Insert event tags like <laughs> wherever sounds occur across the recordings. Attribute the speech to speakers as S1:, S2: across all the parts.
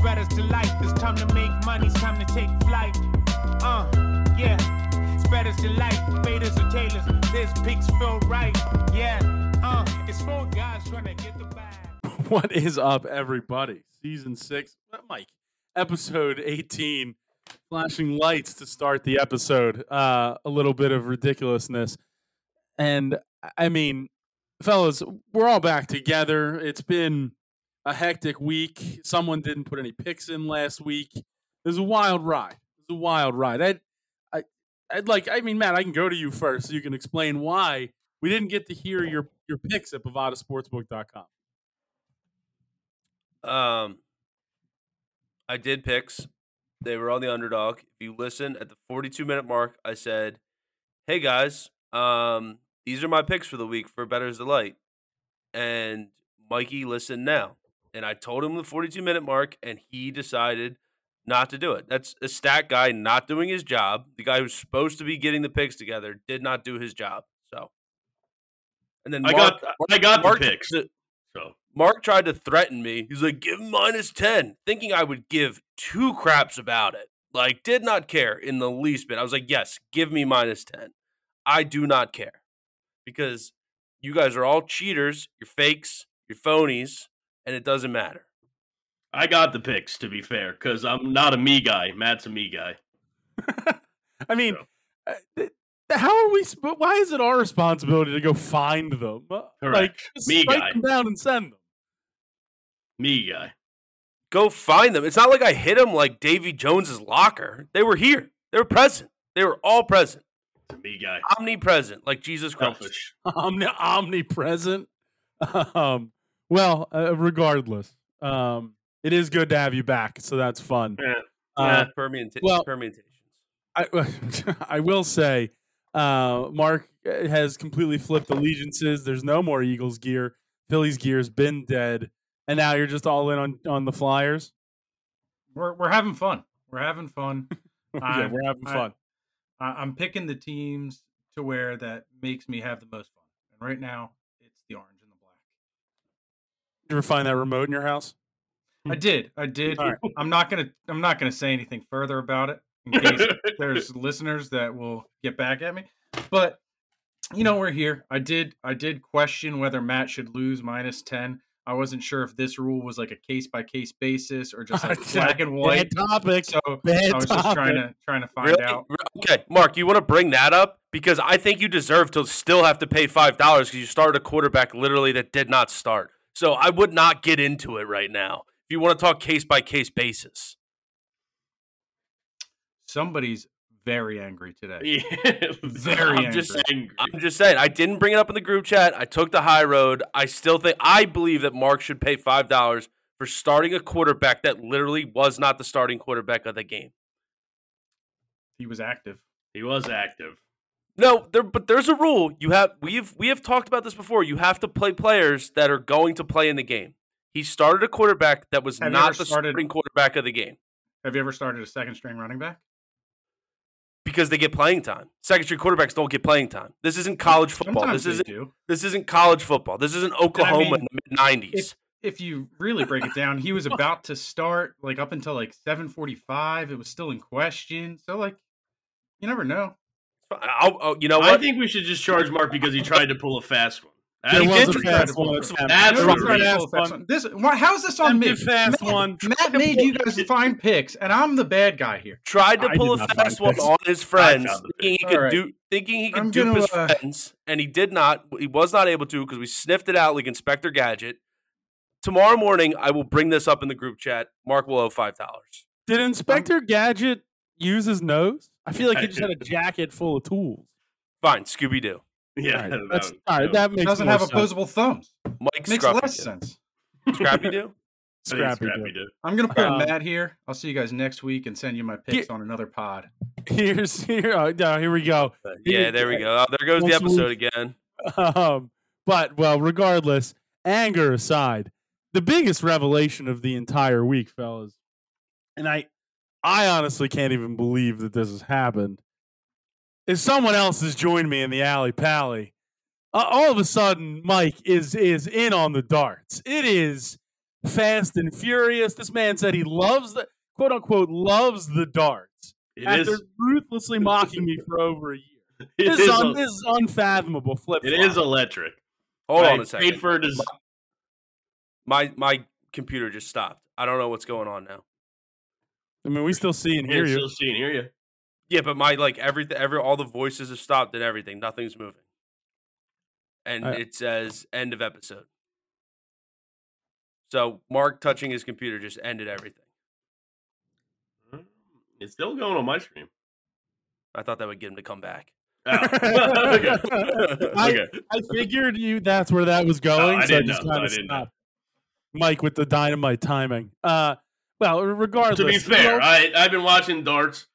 S1: purpose to life. It's time to make money, it's time to take flight. Uh, yeah. Spreaders delight, faders or tailors. This pigs feel right. Yeah. Uh, it's four guys trying to get the bag.
S2: <laughs> What is up, everybody? Season six, uh, Mike, episode 18, flashing lights to start the episode. Uh, a little bit of ridiculousness. And I mean, fellas, we're all back together. It's been a hectic week. Someone didn't put any picks in last week. It was a wild ride. It was a wild ride. I'd, I, I'd like, I mean, Matt, I can go to you first so you can explain why we didn't get to hear your, your picks at bovadasportsbook.com.
S3: Um, I did picks. They were on the underdog. If you listen at the 42 minute mark, I said, "Hey guys, um, these are my picks for the week for Better's Delight." And Mikey, listen now. And I told him the 42 minute mark, and he decided not to do it. That's a stat guy not doing his job. The guy who's supposed to be getting the picks together did not do his job. So, and then
S4: I
S3: Mark- uh,
S4: got I got
S3: Mark-
S4: the picks.
S3: the-
S4: So
S3: Mark tried to threaten me. He's like, give minus 10, thinking I would give two craps about it. Like, did not care in the least bit. I was like, yes, give me minus 10. I do not care because you guys are all cheaters. You're fakes, you're phonies, and it doesn't matter.
S4: I got the picks to be fair, because I'm not a me guy. Matt's a me guy.
S2: <laughs> I mean,
S4: So-
S2: uh, th- how are we? sp- But why is it our responsibility to go find them? Uh, Like,
S4: Correct.
S2: just
S4: Me
S2: write
S4: guy.
S2: them down and send them. <laughs>
S4: Me guy.
S3: Go find them. It's not like I hit them like Davy Jones's locker. They were here. They were present. They were all present.
S4: It's a me guy.
S3: Omnipresent, like Jesus Christ.
S4: <laughs> Selfish.
S2: Omni- omnipresent. <laughs> Um, well, uh, regardless, um, it is good to have you back. So that's fun.
S4: Yeah,
S2: Uh,
S3: Permuta-
S2: Well-
S3: permutations.
S2: I, <laughs> I will say, uh, Mark has completely flipped allegiances. There's no more Eagles gear. Phillies gear's been dead, and now you're just all in on on the Flyers. <laughs>
S5: we're we're having fun. We're having fun.
S2: yeah,
S5: I-
S2: we're having
S5: I-
S2: fun.
S5: I, I'm picking the teams to where that makes me have the most fun. And right now, it's the orange and the black.
S2: You ever find that remote in your house?
S5: I did. I did.
S2: Hmm. All right. <laughs>
S5: I'm not gonna. I'm not gonna say anything further about it in
S2: <laughs>
S5: case there's listeners that will get back at me. But you know, we're here. I did. I did question whether Matt should lose minus ten. I wasn't sure if this rule was like a case by case basis or
S2: <laughs>
S5: just like <laughs> black and white.
S2: Bad topic.
S5: So
S2: Bad
S5: I was just
S2: topic.
S5: trying to trying to find
S3: Really?
S5: out.
S3: Re- Okay, Mark, you want to bring that up because I think you deserve to still have to pay five dollars because you started a quarterback literally that did not start. So I would not get into it right now. If you want to talk case by case basis,
S5: Somebody's very angry today.
S4: Yeah. <laughs>
S5: Very
S4: I'm just angry.
S3: I'm just saying I didn't bring it up in the group chat. I took the high road. I still think I believe that Mark should pay five dollars for starting a quarterback that literally was not the starting quarterback of the game.
S5: He was active.
S4: He was active.
S3: No, there, but there's a rule. You have we've we have talked about this before. You have to play players that are going to play in the game. He started a quarterback that was
S5: Have you
S3: not
S5: ever
S3: the
S5: started-
S3: starting quarterback of the game
S5: Have you ever started a second string running back?
S3: because they get playing time. Second string quarterbacks don't get playing time. This isn't college football.
S5: Sometimes
S3: this
S5: they
S3: isn't
S5: do.
S3: this isn't college football. This isn't Oklahoma in
S5: mean,
S3: the mid nineties.
S5: If you really break it down, he was about to start like up until like 7:45. It was still in question. So like you never know.
S3: oh, you know
S4: I
S3: what?
S4: think we should just charge Mark because he tried to pull a fast one.
S2: <laughs>
S4: That's
S2: There
S3: He
S2: was
S4: the
S3: did
S2: a
S3: try to
S4: reason.
S2: fast
S3: pull
S2: one. There
S3: it.
S4: That's
S5: There
S4: the
S2: was
S5: was
S2: a
S4: reason.
S5: no
S2: fast
S5: full fast
S2: one.
S5: one. This why, how is this on me?
S2: Attempted fast
S5: Matt,
S2: one.
S5: Matt made you guys find picks, and I'm the bad guy here.
S3: Tried to
S2: I
S3: pull a
S2: did not
S3: fast
S2: find
S3: one
S2: this.
S3: on his friends,
S4: found the
S3: thinking he
S5: picture.
S3: could
S5: All right.
S3: do, thinking he could
S5: I'm
S3: dupe
S5: gonna,
S3: his
S5: uh,
S3: friends, and he did not. He was not able to because we sniffed it out like Inspector Gadget. Tomorrow morning, I will bring this up in the group chat. Mark will owe five dollars.
S2: Did Inspector Gadget use his nose? I feel like
S4: I
S2: he just had a
S4: did.
S2: jacket full of tools.
S3: Fine, Scooby Doo,
S4: <laughs> Yeah,
S2: All right,
S4: that
S2: that's,
S4: one-
S2: all right, that makes
S5: Doesn't
S2: more
S5: have
S2: sense.
S5: opposable thumbs.
S3: Mike
S5: Makes
S3: Scrappy
S5: less
S3: Doo.
S5: sense.
S3: Scrappy
S5: <laughs>
S3: Doo.
S4: I think
S2: Scrappy.
S4: Scrappy
S2: did.
S4: did.
S5: I'm gonna put
S2: Um,
S5: Matt here. I'll see you guys next week and send you my picks on another pod.
S2: <laughs> Here's here. Oh, no, here we go.
S3: Yeah, there we go. Oh, there goes the
S2: Once a
S3: episode again.
S2: Um, but well, regardless, anger aside, the biggest revelation of the entire week, fellas, and I, I honestly can't even believe that this has happened. Is someone else has joined me in the alley pally? Uh, all of a sudden, Mike is is in on the darts. It is Fast and Furious. This man said he loves the quote unquote loves the darts
S4: It
S2: after
S4: is.
S2: ruthlessly mocking me for over a year.
S4: <laughs> It
S2: This
S4: is.
S2: is, un-
S4: el-
S2: this is unfathomable flip.
S4: It is electric.
S3: Hold
S4: I
S3: on a second.
S4: Paid for it as
S3: my my computer just stopped. I don't know what's going on now.
S2: I mean, we still see and hear
S4: Yeah,
S2: you.
S4: Still seeing hear you.
S3: Yeah, but my like everything, every all the voices have stopped and everything. Nothing's moving. And
S2: I-
S3: it says end of episode. So Mark touching his computer just ended everything.
S4: Mm, It's still going on my stream.
S3: I thought that would get him to come
S4: <laughs>
S3: back. <laughs>
S2: <laughs>
S4: Oh. okay.
S2: I-
S4: okay.
S2: I figured you that's where that was going.
S4: I
S2: so I
S4: didn't
S2: just
S4: know.
S2: kind
S4: I
S2: of
S4: didn't know.
S2: stopped. Mike with the dynamite timing. Uh, well, regardless.
S4: To be
S2: you
S4: fair,
S2: know,
S4: I I've been watching darts.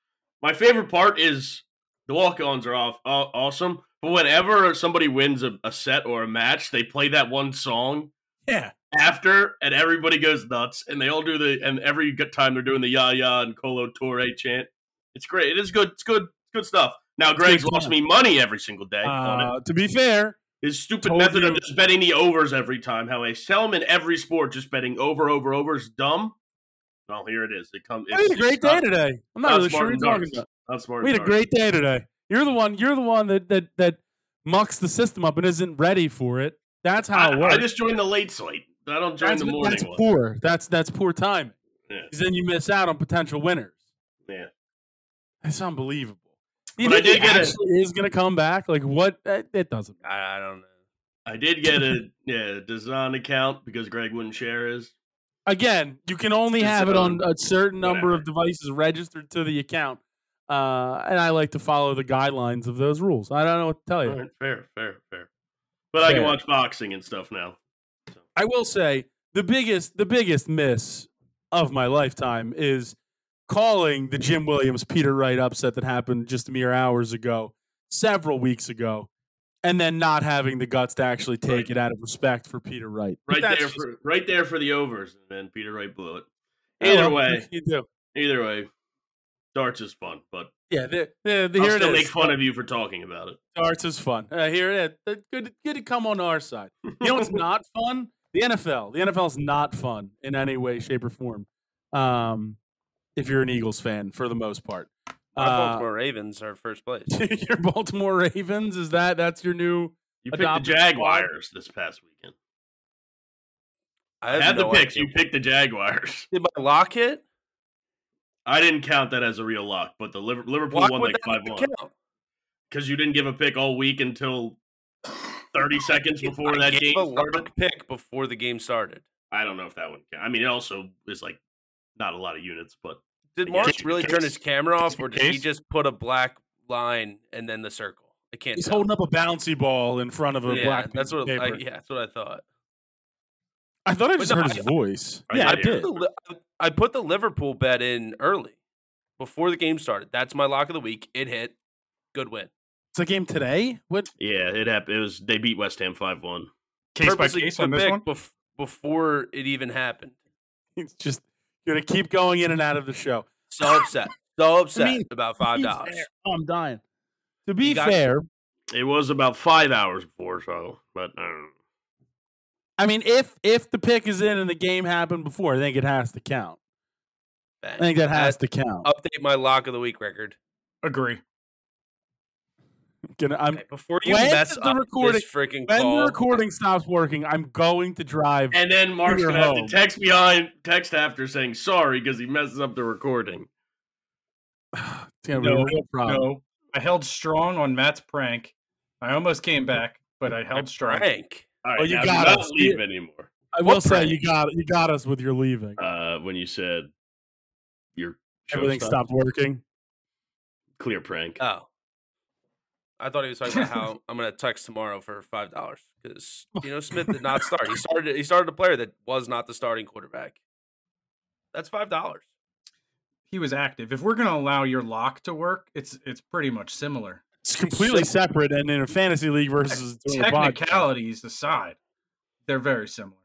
S4: My favorite part is the walk-ons are off, aw- awesome. But whenever somebody wins a, a set or a match, they play that one song
S2: yeah,
S4: after, and everybody goes nuts, and they all do the and every good time they're doing the ya ya and Colo Torre chant. It's great. It is good. It's good. It's good stuff. Now Greg's
S2: good
S4: lost
S2: time.
S4: me money every single day. on it.
S2: uh, to be fair,
S4: His stupid
S2: Told
S4: method of
S2: you.
S4: just betting the overs every time. How they sell him in every sport, just betting over, over, over is dumb. Well, here it is. It comes.
S2: I had a great day today. I'm not
S4: not
S2: really sure
S4: smart
S2: what you're
S4: and
S2: talking
S4: darts.
S2: about.
S4: Not smart.
S2: We had a
S4: darts.
S2: great day today. You're the one. You're the one that that that mucks the system up and isn't ready for it. That's how it
S4: I,
S2: works.
S4: I just joined the late slate. I don't join
S2: that's,
S4: the morning
S2: that's
S4: one.
S2: poor. That's that's poor timing.
S4: Yeah.
S2: 'Cause Then you miss out on potential winners.
S4: Yeah.
S2: It's unbelievable. Do
S4: But I
S2: think
S4: did
S2: he
S4: get a-
S2: actually is going to come back. Like what? It, it doesn't.
S3: I, I don't know.
S4: I did get a yeah design account because Greg wouldn't share his.
S2: Again, you can only
S4: It's
S2: have it on a certain number
S4: whatever.
S2: of devices registered to the account. Uh, and I like to follow the guidelines of those rules. I don't know what to tell you.
S4: All right, fair, fair, fair. But I can
S2: Oh, Fair.
S4: watch boxing and stuff now.
S2: I will say the biggest the biggest miss of my lifetime is calling the Jim Williams Peter Wright upset that happened just mere hours ago, several weeks ago, and then not having the guts to actually take
S4: Right.
S2: it out of respect for Peter Wright. But
S4: Right
S2: that's
S4: there,
S2: just-
S4: for, right there for the overs, and then Peter Wright blew it.
S2: oh, well,
S4: Either
S2: what
S4: way,
S2: can you do.
S4: either way, darts is fun, but
S2: Yeah, the, the, the,
S4: I'll
S2: here it
S4: still make
S2: is.
S4: fun of you for talking about it.
S2: Darts is fun. Uh, here it is. Uh, Good, good to come on our side. You know what's not fun? The NFL. The NFL's not fun in any way, shape, or form. Um, if you're an Eagles fan, for the most part.
S3: My
S2: Uh,
S3: Baltimore Ravens are first place.
S2: <laughs> your Baltimore Ravens is that? That's your new.
S4: You picked
S2: Adopt a
S4: the
S2: squad.
S4: Jaguars this past weekend. I had the picks. You picked the Jaguars.
S3: Did my lock hit?
S4: I didn't count that as a real lock, but the Liver- Liverpool
S3: Lock
S4: won
S3: would
S4: like five
S3: that
S4: one
S3: count?
S4: because you didn't give a pick all week until thirty seconds before
S3: I
S4: that
S3: gave
S4: game.
S3: a lock
S4: started.
S3: pick before the game started.
S4: I don't know if that would count. I mean, it also is like not a lot of units, but
S3: Did
S4: I
S3: Mark
S4: guess-
S3: really turn his camera off, or did he
S4: case.
S3: just put a black line and then the circle? I can't.
S2: He's
S3: tell.
S2: holding up a bouncy ball in front of a
S3: yeah,
S2: black.
S3: That's
S2: piece of
S3: what. I,
S2: paper.
S3: yeah, that's what I thought.
S2: I thought I
S3: But
S2: just
S3: no,
S2: heard
S3: I-
S2: his voice.
S4: I
S2: yeah, I
S4: did hear
S2: did.
S4: it.
S3: The Li- I put the Liverpool bet in early before the game started. That's my lock of the week. It hit. Good win.
S2: It's a game today. What? <laughs>
S4: yeah, it happened. It was they beat West Ham five one.
S5: Case by
S3: Purposely
S5: case
S3: took
S5: on
S3: the
S5: this
S3: pick
S5: one.
S3: bef- before it even happened.
S2: It's just you're gonna keep going in and out of the show. <laughs>
S3: So upset. So upset
S2: mean,
S3: about five
S2: To be
S3: dollars.
S2: fair- Oh, I'm dying. To be
S3: got-
S2: fair,
S4: It was about five hours before, so but uh, I don't know.
S2: I mean, if if the pick is in and the game happened before, I think it has to count. I think that Oh, has to count.
S3: update my lock of the week record.
S5: Agree.
S2: Gonna- I'm-
S3: Okay, before you
S2: Um, When
S3: mess
S2: does the
S3: up
S2: recording-
S3: this freaking
S2: when
S3: call,
S2: the recording stops working, I'm going to drive.
S4: And then Mark's
S2: You're
S4: gonna have
S2: home.
S4: to text behind text after saying sorry because he messes up the recording.
S2: <sighs> It's gonna be a
S5: No,
S2: real
S4: Um,
S2: problem.
S5: No, I held strong on Matt's prank. I almost came back, but I held strong.
S3: Frank,
S4: All right,
S2: Oh, you
S4: now
S2: got
S4: do
S2: us.
S4: not leave anymore.
S2: I
S3: What
S2: will say you
S3: prank?
S2: got you got us with your leaving.
S4: Uh, when you said your show
S2: Everything
S4: stopped.
S2: stopped working.
S4: clear prank.
S3: oh, I thought he was talking about how I'm gonna text tomorrow for five dollars because you know Smith did not start. He started. He started a player that was not the starting quarterback. That's five dollars.
S5: He was active. If we're going to allow your lock to work, it's it's pretty much similar.
S2: It's completely separate and in a fantasy league versus doing a podcast.
S5: Technicalities aside, they're very similar.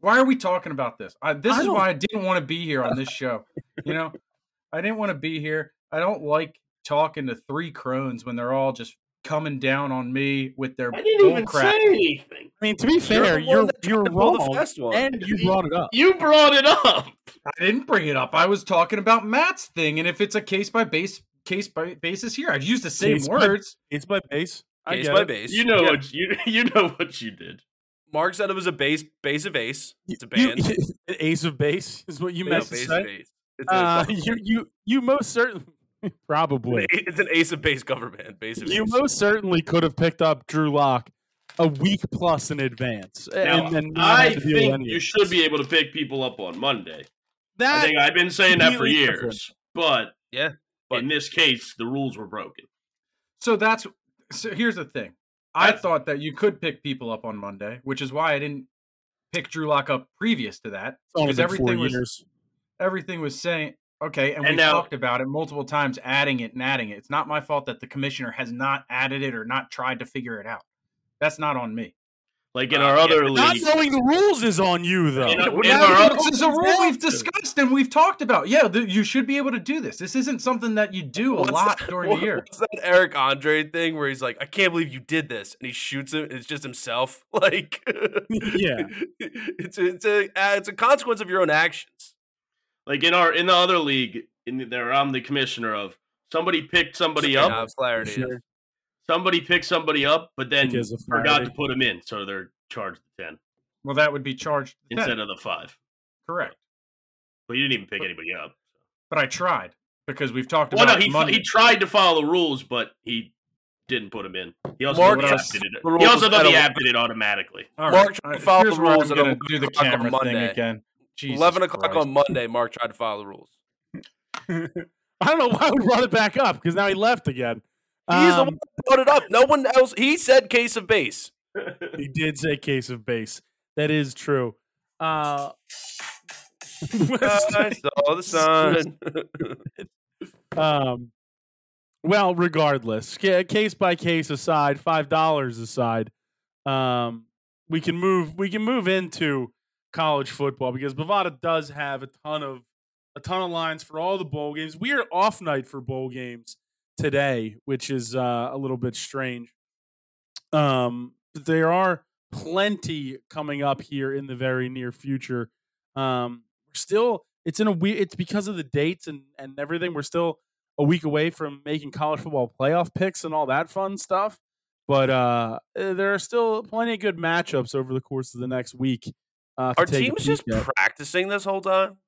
S5: Why are we talking about this? I, this
S2: I
S5: is
S2: don't-
S5: why I didn't want to be here on this show.
S4: <laughs>
S5: You know, I didn't want to be here. I don't like talking to three crones when they're all just coming down on me with their
S4: I didn't even
S5: bullcrap.
S4: say anything.
S2: I mean, to be fair,
S3: the one
S2: you're
S3: that tried
S2: you're
S3: to pull the
S2: wrong,
S3: fast one.
S2: and you brought it up.
S4: You brought it up.
S5: I didn't bring it up. I was talking about Matt's thing, and if it's a case by base case by basis here, I'd use the same
S2: Case by-
S5: words.
S2: It's by base. I
S3: Ace
S2: get
S3: by
S2: it.
S3: base.
S4: You know
S3: Yeah,
S4: what you <laughs> you know what you did.
S3: Mark said it was a base base of ace. It's a
S2: You-
S3: band.
S2: you- an <laughs> ace of base is what you
S3: No,
S2: meant to
S3: base
S2: say.
S3: of ace. It's, a-
S2: Uh, you you you most certainly <laughs>
S3: <laughs>
S2: probably
S3: Uh, it's an ace of base cover band. Base of
S2: you
S3: ace.
S2: most certainly could have picked up Drew Lock a week plus in advance.
S4: Now,
S2: and, and not
S4: I
S2: have to deal with
S4: think
S2: any of
S4: you
S2: it.
S4: should be able to pick people up on Monday. I
S2: that
S4: think I've been saying that for
S2: completely
S4: years, but
S3: Yeah, but-
S4: in this case, the rules were broken.
S5: So that's so here's the thing. I
S4: That's-
S5: thought that you could pick people up on Monday, which is why I didn't pick Drew Lock up previous to that.
S2: it's only
S5: because
S2: been four
S5: everything was-
S2: years.
S5: Everything was saying okay, and,
S4: And
S5: we've
S4: now-
S5: talked about it multiple times, adding it and adding it. It's not my fault that the commissioner has not added it or not tried to figure it out. That's not on me.
S4: Like in
S3: Uh,
S4: our
S3: yeah,
S4: other
S3: but
S2: Not
S4: league,
S2: knowing the rules is on you though. <laughs>
S4: In our-
S5: Well,
S4: in
S5: now
S4: our
S5: this is a rule we've discussed and we've talked about. Yeah, th- you should be able to do this. This isn't something that you do a
S3: What's
S5: lot
S3: that-
S5: during
S3: what-
S5: the year.
S3: What's that Eric Andre thing where he's like, "I can't believe you did this," and he shoots him, and it's just himself. <laughs> Like,
S2: Yeah.
S3: <laughs> it's a, it's a uh, it's a consequence of your own actions.
S4: like in our in the other league, in the, there I'm the commissioner of. Somebody picked somebody up.
S3: Hobbs Flaherty.
S2: Sure.
S4: Somebody picked somebody up, but then
S2: Because of
S4: forgot to
S2: Flaherty.
S4: put him in, so they're charged the ten
S5: Well, that would be charged the
S4: instead
S5: 10,
S4: of the five.
S5: correct.
S4: But you didn't even pick anybody up.
S5: But I tried because we've talked
S4: Well, no,
S5: about
S4: he
S5: money.
S4: he tried to follow the rules, but he didn't put him in. He also
S3: Mark
S4: thought he
S3: asked
S4: acted it.
S3: the rules
S4: He also thought he
S3: at
S4: acted it automatically.
S5: All
S3: Mark
S5: right,
S3: tried to
S5: all right,
S3: follow
S5: here's
S3: the
S5: where I'm
S3: rules at
S5: gonna
S3: 11
S5: do the
S3: o'clock on
S5: camera thing
S3: Monday.
S5: again. Jesus
S3: Eleven o'clock
S5: Christ.
S3: on Monday, Mark tried to follow the rules.
S2: I don't know why we brought it back up because now he left again.
S3: He's the
S2: Um,
S3: one that brought it up. No one else. He said case
S2: <laughs>
S3: of base.
S2: He did say case of base. That is true. Uh, <laughs>
S3: I saw the sun.
S2: um, well, regardless, ca- case by case aside, five dollars aside, um, we can move. We can move into college football because Bovada does have a ton of a ton of lines for all the bowl games. We are off night for bowl games today, which is uh, a little bit strange. Um, but there are plenty coming up here in the very near future. Um, we're still it's in a we it's because of the dates and and everything. We're still a week away from making college football playoff picks and all that fun stuff. But uh, eh, there are still plenty of good matchups over the course of the next week. Uh, to
S3: Our
S2: take a
S3: team's just
S2: peek at.
S3: practicing this whole time.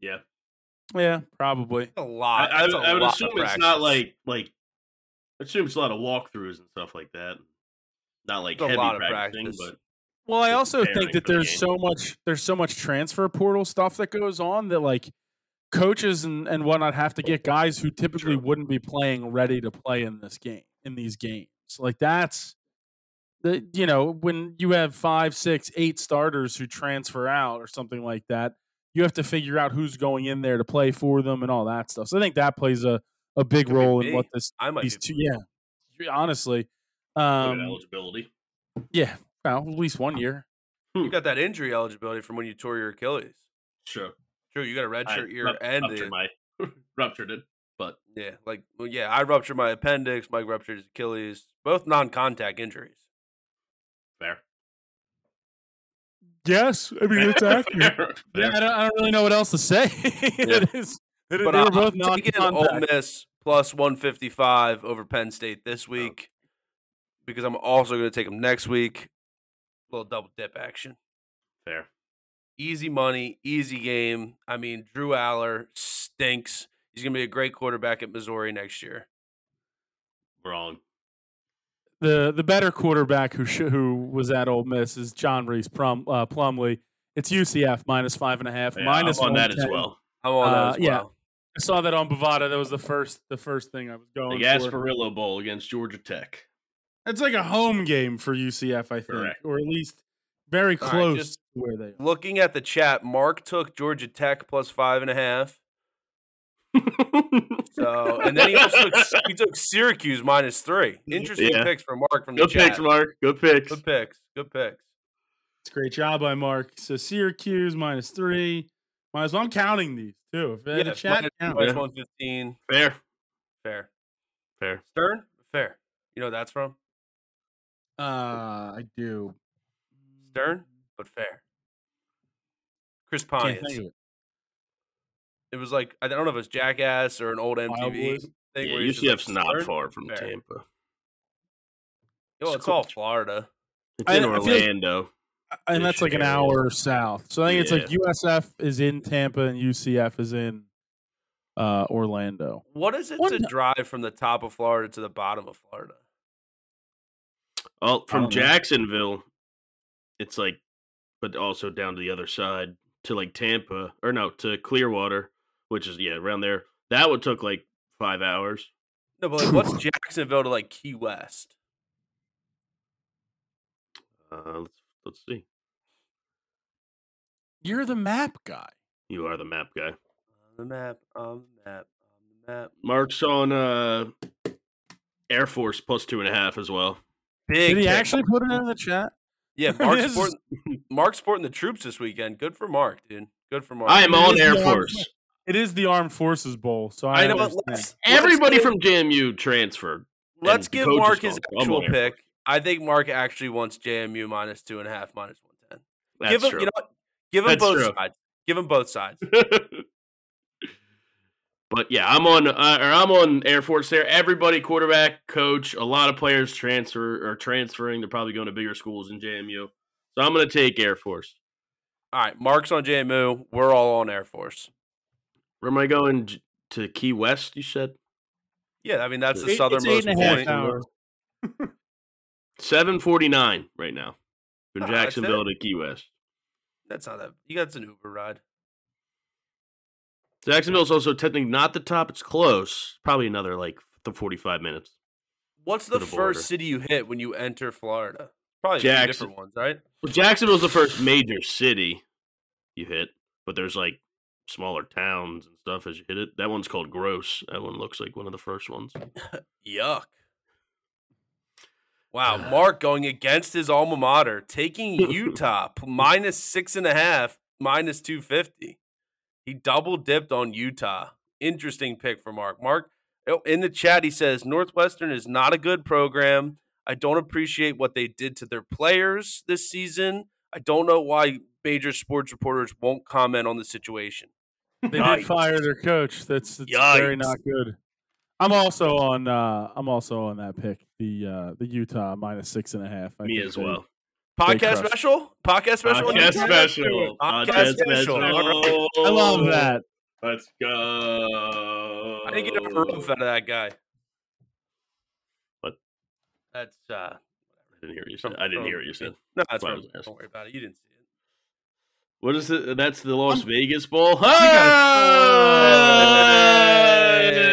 S4: Yeah,
S2: yeah, probably.
S3: A
S4: I,
S3: lot.
S4: I,
S3: Ah, That's a
S4: I would
S3: lot of
S4: assume it's
S3: practice.
S4: not like like. I assume it's a lot of walkthroughs and stuff like that. Not like
S3: It's a
S4: heavy
S3: lot of
S4: practicing,
S3: practice.
S4: but
S2: Well, I
S4: Just
S2: also
S4: preparing
S2: think that
S4: for the
S2: there's
S4: game.
S2: so much there's so much transfer portal stuff that goes on that like coaches and, and whatnot have to get guys who typically
S4: True.
S2: wouldn't be playing ready to play in this game in these games. Like that's the you know, when you have five, six, eight starters who transfer out or something like that, you have to figure out who's going in there to play for them and all that stuff. So I think that plays a, a big
S3: Could be
S2: role in
S3: me.
S2: what this
S3: I might
S2: these
S3: be.
S2: two yeah. Honestly.
S4: look at
S2: Um,
S4: eligibility.
S2: yeah, well, at least one year.
S3: You got that injury eligibility from when you tore your Achilles.
S4: Sure,
S3: True, you got a red
S4: I
S3: shirt ear
S4: rup-
S3: and
S4: ruptured
S3: the,
S4: my <laughs> ruptured it.
S3: yeah, like well, yeah, I ruptured my appendix. Mike ruptured his Achilles. Both non-contact injuries.
S4: Fair.
S2: Yes, I mean <laughs> it's accurate.
S4: <laughs> Fair.
S2: yeah, I don't, I don't really know what else to say. <laughs> it is. It, they
S3: But
S2: were
S3: I'm
S2: both
S3: taking Ole
S2: non-contact.
S3: Miss plus one fifty-five over Penn State
S2: Oh.
S3: this week because I'm also going to take them next week. little double dip action.
S4: Fair.
S3: Easy money, easy game. I mean, Drew Aller stinks. He's going to be a great quarterback at Missouri next year.
S4: Wrong.
S2: The the better quarterback who sh- who was at Ole Miss is John Reese Plum, uh, Plumley. It's UCF minus five and a half.
S4: Yeah,
S2: minus
S4: I'm on that as
S2: 110.
S4: well.
S3: I'm on
S2: Uh,
S3: that as
S2: yeah.
S3: well.
S2: I saw that on Bovada. That was the first the first thing I was going
S4: The
S2: for.
S4: Gasparillo Bowl against Georgia Tech.
S2: It's like a home game for UCF, I think,
S4: Correct.
S2: or at least very
S3: All right,
S2: close to
S3: just-
S2: where they. Are.
S3: Looking at the chat, Mark took Georgia Tech plus five and a half. So, and then he also took,
S2: <laughs>
S3: he took Syracuse minus three. Interesting
S4: Yeah.
S3: picks from Mark from
S4: Good
S3: the chat.
S4: picks, Mark. Good picks.
S3: Good picks. Good picks.
S2: It's a great job by Mark. So Syracuse minus three. Might as well. I'm counting these too. If uh, the
S3: Yeah,
S2: chat
S3: minus-
S2: counts.
S3: minus 115.
S4: Fair.
S3: Fair.
S4: Fair.
S3: Stern? Fair. You know what that's from?
S2: Uh, I do.
S3: Stern, but fair. Chris
S2: Can't think
S3: Pontius.
S2: of it.
S3: It was like I don't know if it was Jackass or an old
S2: Wild
S3: MTV
S2: Boys?
S3: thing.
S4: Yeah,
S3: where he's just
S4: UCF's
S3: like,
S4: not
S3: "Stern,
S4: far from
S3: fair."
S4: Tampa.
S3: Yo, it's all Florida.
S4: It's
S2: I-
S4: in
S2: I feel like-
S4: Orlando.
S2: And that's like an
S4: Michigan.
S2: hour south. So I think it's
S4: Yeah.
S2: like USF is in Tampa and UCF is in uh, Orlando.
S3: What is it
S2: What
S3: to
S2: the-
S3: drive from the top of Florida to the bottom of Florida?
S4: Oh,
S2: don't
S4: from
S2: know.
S4: Jacksonville, it's like, but also down to the other side to like Tampa or no to Clearwater, which is yeah around there. That would took like five hours.
S3: No, but like, what's
S2: <clears throat>
S3: Jacksonville to like Key West?
S4: Uh, let's let's see.
S2: You're the map guy.
S4: You are the map guy.
S3: On the map, on the map, on the map.
S4: Mark's on uh Air Force plus two and a half as well.
S3: Big
S2: Did he
S3: pick.
S2: actually put it in the chat? <laughs>
S3: Yeah,
S2: It
S3: Mark's
S2: is.
S3: sporting, Mark's sporting the troops this weekend. Good for Mark, dude. Good for Mark.
S4: I am
S2: It
S4: on
S2: is
S4: Air
S2: the armed
S4: Force.
S2: force. It is the Armed Forces Bowl, so I,
S3: I know. but
S2: understand.
S3: Let's,
S4: Everybody
S3: let's give,
S4: from JMU transferred.
S3: Let's
S4: and the
S3: give
S4: coach is
S3: Mark his
S4: gone, so I'm
S3: actual
S4: on Air
S3: pick. I think Mark actually wants JMU minus two and a half, minus one ten.
S4: That's
S3: give him,
S4: true.
S3: you know, what? give him
S4: That's
S3: both
S4: true.
S3: sides. Give him both sides.
S4: <laughs> but yeah, I'm on uh, or I'm on Air Force there. Everybody, quarterback, coach, a lot of players transfer or transferring. They're probably going to bigger schools in JMU. So I'm going to take Air Force.
S3: All right, Mark's on JMU. We're all on Air Force.
S4: Where am I going J- to Key West? You said
S3: Yeah, I mean that's the
S2: It- it's eight
S3: southernmost
S2: and a half
S3: point.
S2: hours.
S4: 7:49 right now
S3: Ah,
S4: from
S3: that's
S4: Jacksonville to Key West.
S3: That's not that. You got an Uber ride.
S4: Jacksonville's also technically not the top. It's close. Probably another like the 45 minutes.
S3: What's
S4: To
S3: the,
S4: the border.
S3: first city you hit when you enter Florida? Probably a few
S4: Jackson.
S3: different ones, right?
S4: Well, Jacksonville's the first major city you hit, but there's like smaller towns and stuff as you hit it. That one's called Gross. That one looks like one of the first ones.
S3: Yuck. Wow, Mark going against his alma mater,
S2: <laughs>
S3: taking Utah p- minus six and a half, minus 250. He double dipped on Utah. Interesting pick for Mark. Mark, oh, in the chat, he says Northwestern is not a good program. I don't appreciate what they did to their players this season. I don't know why major sports reporters won't comment on the situation.
S2: They
S4: Yikes.
S2: did fire their coach. That's, that's very
S4: Yikes.
S2: not good. I'm also on. Uh, I'm also on that pick. The uh, the Utah minus six and a half. I
S4: Me
S2: think
S4: as
S2: they-
S4: well.
S3: Podcast
S2: crushed.
S3: special? Podcast special? on
S4: Podcast
S3: Utah?
S4: special.
S3: Podcast special.
S4: special.
S2: I
S4: Oh,
S2: love that.
S4: Let's go.
S3: I didn't get a
S4: Oh.
S3: roof out of that guy.
S4: What?
S3: That's uh.
S4: I didn't hear what you said. I didn't hear what you said.
S3: <laughs> No, that's
S4: Why
S3: fine.
S4: was I asking?
S3: Don't worry about it. You didn't see it.
S4: What is it? That's the Las Vegas Bowl.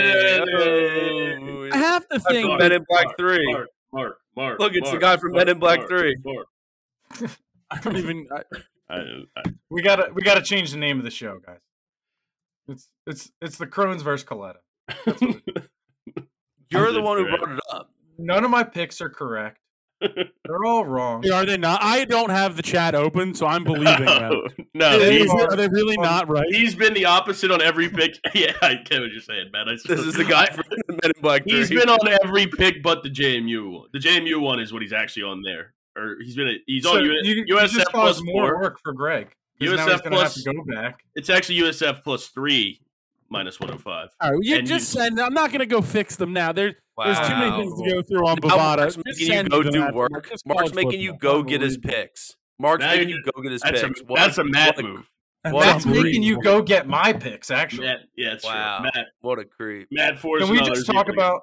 S4: Hey!
S3: Oh,
S2: I have to
S3: That's
S2: think.
S3: right. Men in Black
S4: Mark,
S3: Three.
S4: Mark, Mark, Mark.
S3: Look, it's the
S4: Mark,
S3: guy from Men in Black
S4: Mark,
S3: Three.
S4: Mark.
S2: I don't even. I,
S4: I, I,
S5: We gotta we gotta change the name of the show, guys. It's it's it's the Crohn's versus Coletta.
S3: You're the
S4: just
S3: one who
S4: correct.
S3: brought it up. <laughs>
S5: None of my picks
S4: <laughs>
S5: are correct. They're all wrong.
S2: are <laughs> they not? I don't have the chat open, so <laughs> I'm believing them.
S4: no, <laughs> no,
S5: They
S2: Is-
S4: he's,
S5: are-
S2: are they really not right?
S4: he's been the opposite on every pick. <laughs> yeah, I get what you're saying, man. I
S3: This is the guy from Men in Black Three.
S4: He's been on every pick but the JMU one. The JMU one is what he's actually on there. Or he's been a, he's
S5: So
S4: on U,
S5: you, you
S4: USF
S5: just
S4: plus
S5: caused
S4: four.
S5: more work for Greg. 'cause now he's
S4: USF
S5: gonna have
S4: plus
S5: to go back.
S4: It's actually USF plus three minus one hundred five.
S2: All right, you
S4: And
S2: just
S4: you-
S2: send. I'm not going to go fix them now. There, there's too many
S3: Wow.
S2: things to go through on
S3: Now
S2: Bovada.
S3: Mark's
S2: Just
S3: making you
S2: send
S3: go
S2: them
S3: do
S2: after-
S3: work.
S2: just
S3: Mark's
S2: college
S3: making you
S2: football.
S3: go get his picks. Mark's
S4: Now
S3: making
S4: you're-
S3: you go get his
S4: That's a,
S3: picks. What
S4: that's
S3: a-
S4: a Matt
S3: what a-
S4: move.
S3: What
S5: That's
S3: a
S5: making
S3: creep.
S5: you go get my picks, actually.
S4: Matt, yeah, it's
S3: Wow.
S4: true. Matt,
S3: What a creep.
S4: Matt Forrest.
S5: Can we
S4: and others
S5: just talk
S4: even-
S5: about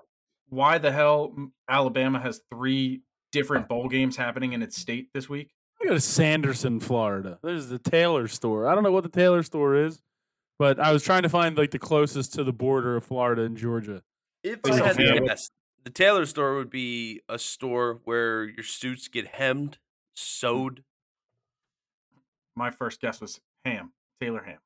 S5: why the hell Alabama has three different bowl games happening in its state this week?
S2: I go to Sanderson, Florida. There's the Taylor store. I don't know what the Taylor store is, but I was trying to find like the closest to the border of Florida and Georgia.
S3: If
S4: Oh,
S3: I had
S4: yeah.
S3: to guess, the tailor store would be a store where your suits get hemmed, sewed.
S5: My first guess was Ham, Taylor Ham.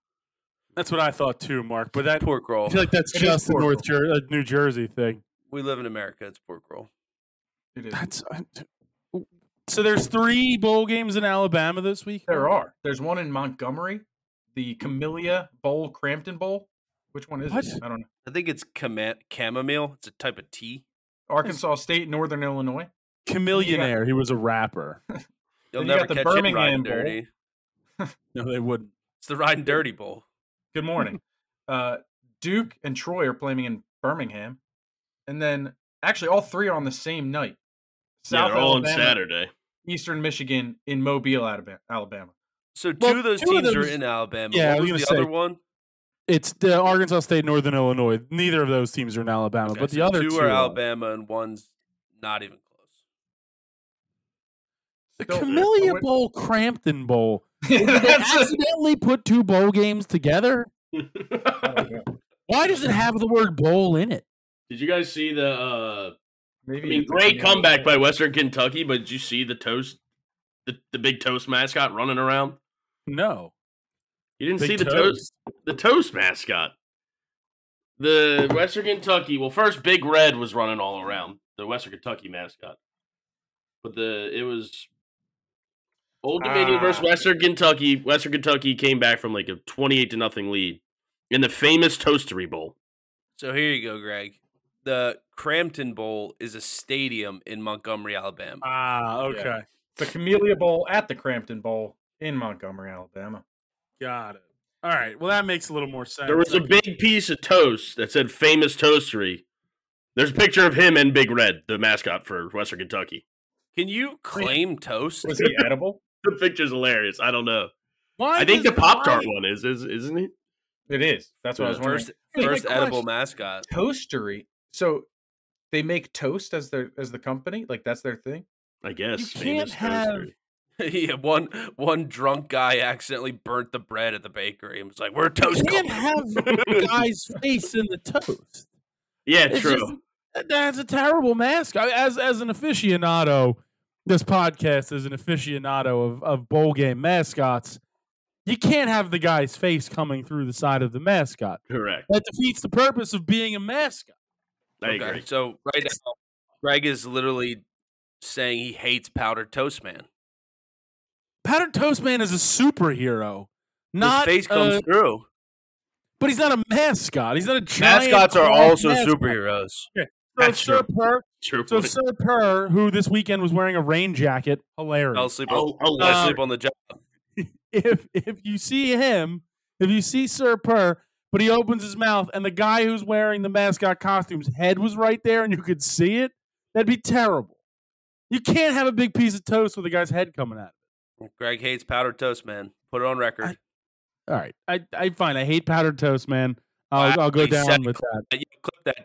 S2: That's what I thought too, Mark. But that
S3: Pork
S2: I
S3: roll.
S2: feel like that's
S5: It is
S2: just the
S5: horrible.
S2: North Jer- uh, New Jersey thing.
S3: We live in America. It's pork roll.
S4: <laughs>
S5: It is.
S2: That's I- so. There's three bowl games in Alabama this week.
S5: There are. There's one in Montgomery, the Camellia Bowl, Crampton Bowl. Which one is
S2: What?
S5: it? I don't know.
S3: I think it's chama- chamomile. It's a type of tea.
S5: Arkansas State, Northern Illinois.
S2: Chameleonaire. He was a rapper.
S3: You'll
S5: Then you
S3: never
S5: got the
S3: catch it
S5: Birmingham
S3: riding
S5: Bowl.
S3: dirty.
S2: No, they wouldn't.
S3: It's the riding dirty bowl.
S4: <laughs>
S5: Good morning. Uh, Duke and Troy are playing in Birmingham, and then actually all three are on the same night.
S4: Yeah, they're all on
S5: Alabama,
S4: Saturday. <laughs>
S5: Eastern Michigan in Mobile, Alaba- Alabama.
S3: So two
S2: Well,
S3: of those
S2: two of
S3: teams are
S2: those-
S3: in Alabama.
S2: Yeah, I
S3: what was,
S2: was
S3: the
S2: gonna
S3: other
S2: say,
S3: one?
S2: It's the Arkansas State, Northern Illinois. Neither of those teams are in Alabama,
S3: Okay,
S2: uh, but the
S3: so
S2: other
S3: two,
S2: two,
S3: are Alabama and one's not even close.
S2: The
S5: Still-
S2: Camellia
S5: What-
S2: Bowl, Crampton Bowl. Did they
S5: <laughs> That's a-
S2: accidentally put two bowl games together? Why does it have the word bowl in it?
S4: Did you guys see the? uh I
S5: <laughs> Maybe
S4: mean,
S5: it's a
S4: great
S5: Canadian-
S4: comeback by Western Kentucky, but did you see the toast, the, the big toast mascot running around?
S2: No.
S4: You didn't
S2: Big
S4: see the
S2: toes.
S4: toast, the toast mascot. The Western Kentucky. Well, first Big Red was running all around the Western Kentucky mascot, but the it was Old Dominion
S5: Ah.
S4: versus Western Kentucky. Western Kentucky came back from like a twenty-eight to nothing lead in the famous Toastery Bowl.
S3: So here you go, Greg. The Crampton Bowl is a stadium in Montgomery, Alabama.
S2: Ah, okay.
S5: The Camellia Bowl at the Crampton Bowl in Montgomery, Alabama.
S2: Got it. All right. Well, that makes a little more sense.
S4: There was a
S2: Okay.
S4: big piece of toast that said "Famous Toastery." There's a picture of him and Big Red, the mascot for Western Kentucky.
S3: Can
S2: oh,
S3: you claim toast?
S5: Was he edible?
S4: The picture's hilarious. I don't know.
S2: Why
S4: I think the
S2: does-
S4: Pop Tart
S2: why-
S4: one is, is isn't it?
S5: It is. That's what I was wondering.
S3: First,
S2: Here's my
S3: first edible
S2: question.
S3: mascot. <laughs>
S5: Toastery. So they make toast as their as the company. Like that's their thing.
S4: I guess.
S2: can't
S4: famous
S2: have-
S4: toastery.
S3: yeah, one one drunk guy accidentally burnt the bread at the bakery and was like, "We're a
S2: You
S3: toast."
S2: can't
S3: company."
S2: have
S4: <laughs>
S2: a guy's face in the toast.
S4: Yeah,
S2: It's
S4: true.
S2: just- that- that's a terrible mask. I- As as an aficionado, this podcast is an aficionado of, of bowl game mascots. You can't have the guy's face coming through the side of the mascot.
S4: Correct.
S2: That defeats the purpose of being a mascot.
S4: I
S3: Okay,
S4: agree.
S3: So right now, Greg is literally saying he hates powdered toast, man.
S2: Powdered Toast Man is a superhero, not
S3: His face comes
S2: a-
S3: through.
S2: but he's not a mascot. He's not a giant
S3: Mascots are
S2: clown
S3: also
S2: mascot.
S3: superheroes.
S2: So
S4: That's
S2: Sir
S4: true.
S2: Purr,
S4: True.
S2: so
S4: point.
S2: Sir Purr, who this weekend was wearing a rain jacket, hilarious.
S3: I'll sleep.
S4: Oh,
S3: On,
S4: oh,
S3: I'll
S2: uh,
S3: sleep on the job.
S2: <laughs> if if you see him, if you see Sir Purr, but he opens his mouth and the guy who's wearing the mascot costume's head was right there and you could see it, that'd be terrible. You can't have a big piece of toast with a guy's head coming out.
S3: Greg hates powdered toast, man. Put it on record. Uh,
S2: I- All right, I I fine. I hate powdered toast, man. I'll, I'll go
S3: Wow, he said
S2: down
S3: it
S2: with that.
S3: Uh, you clip that.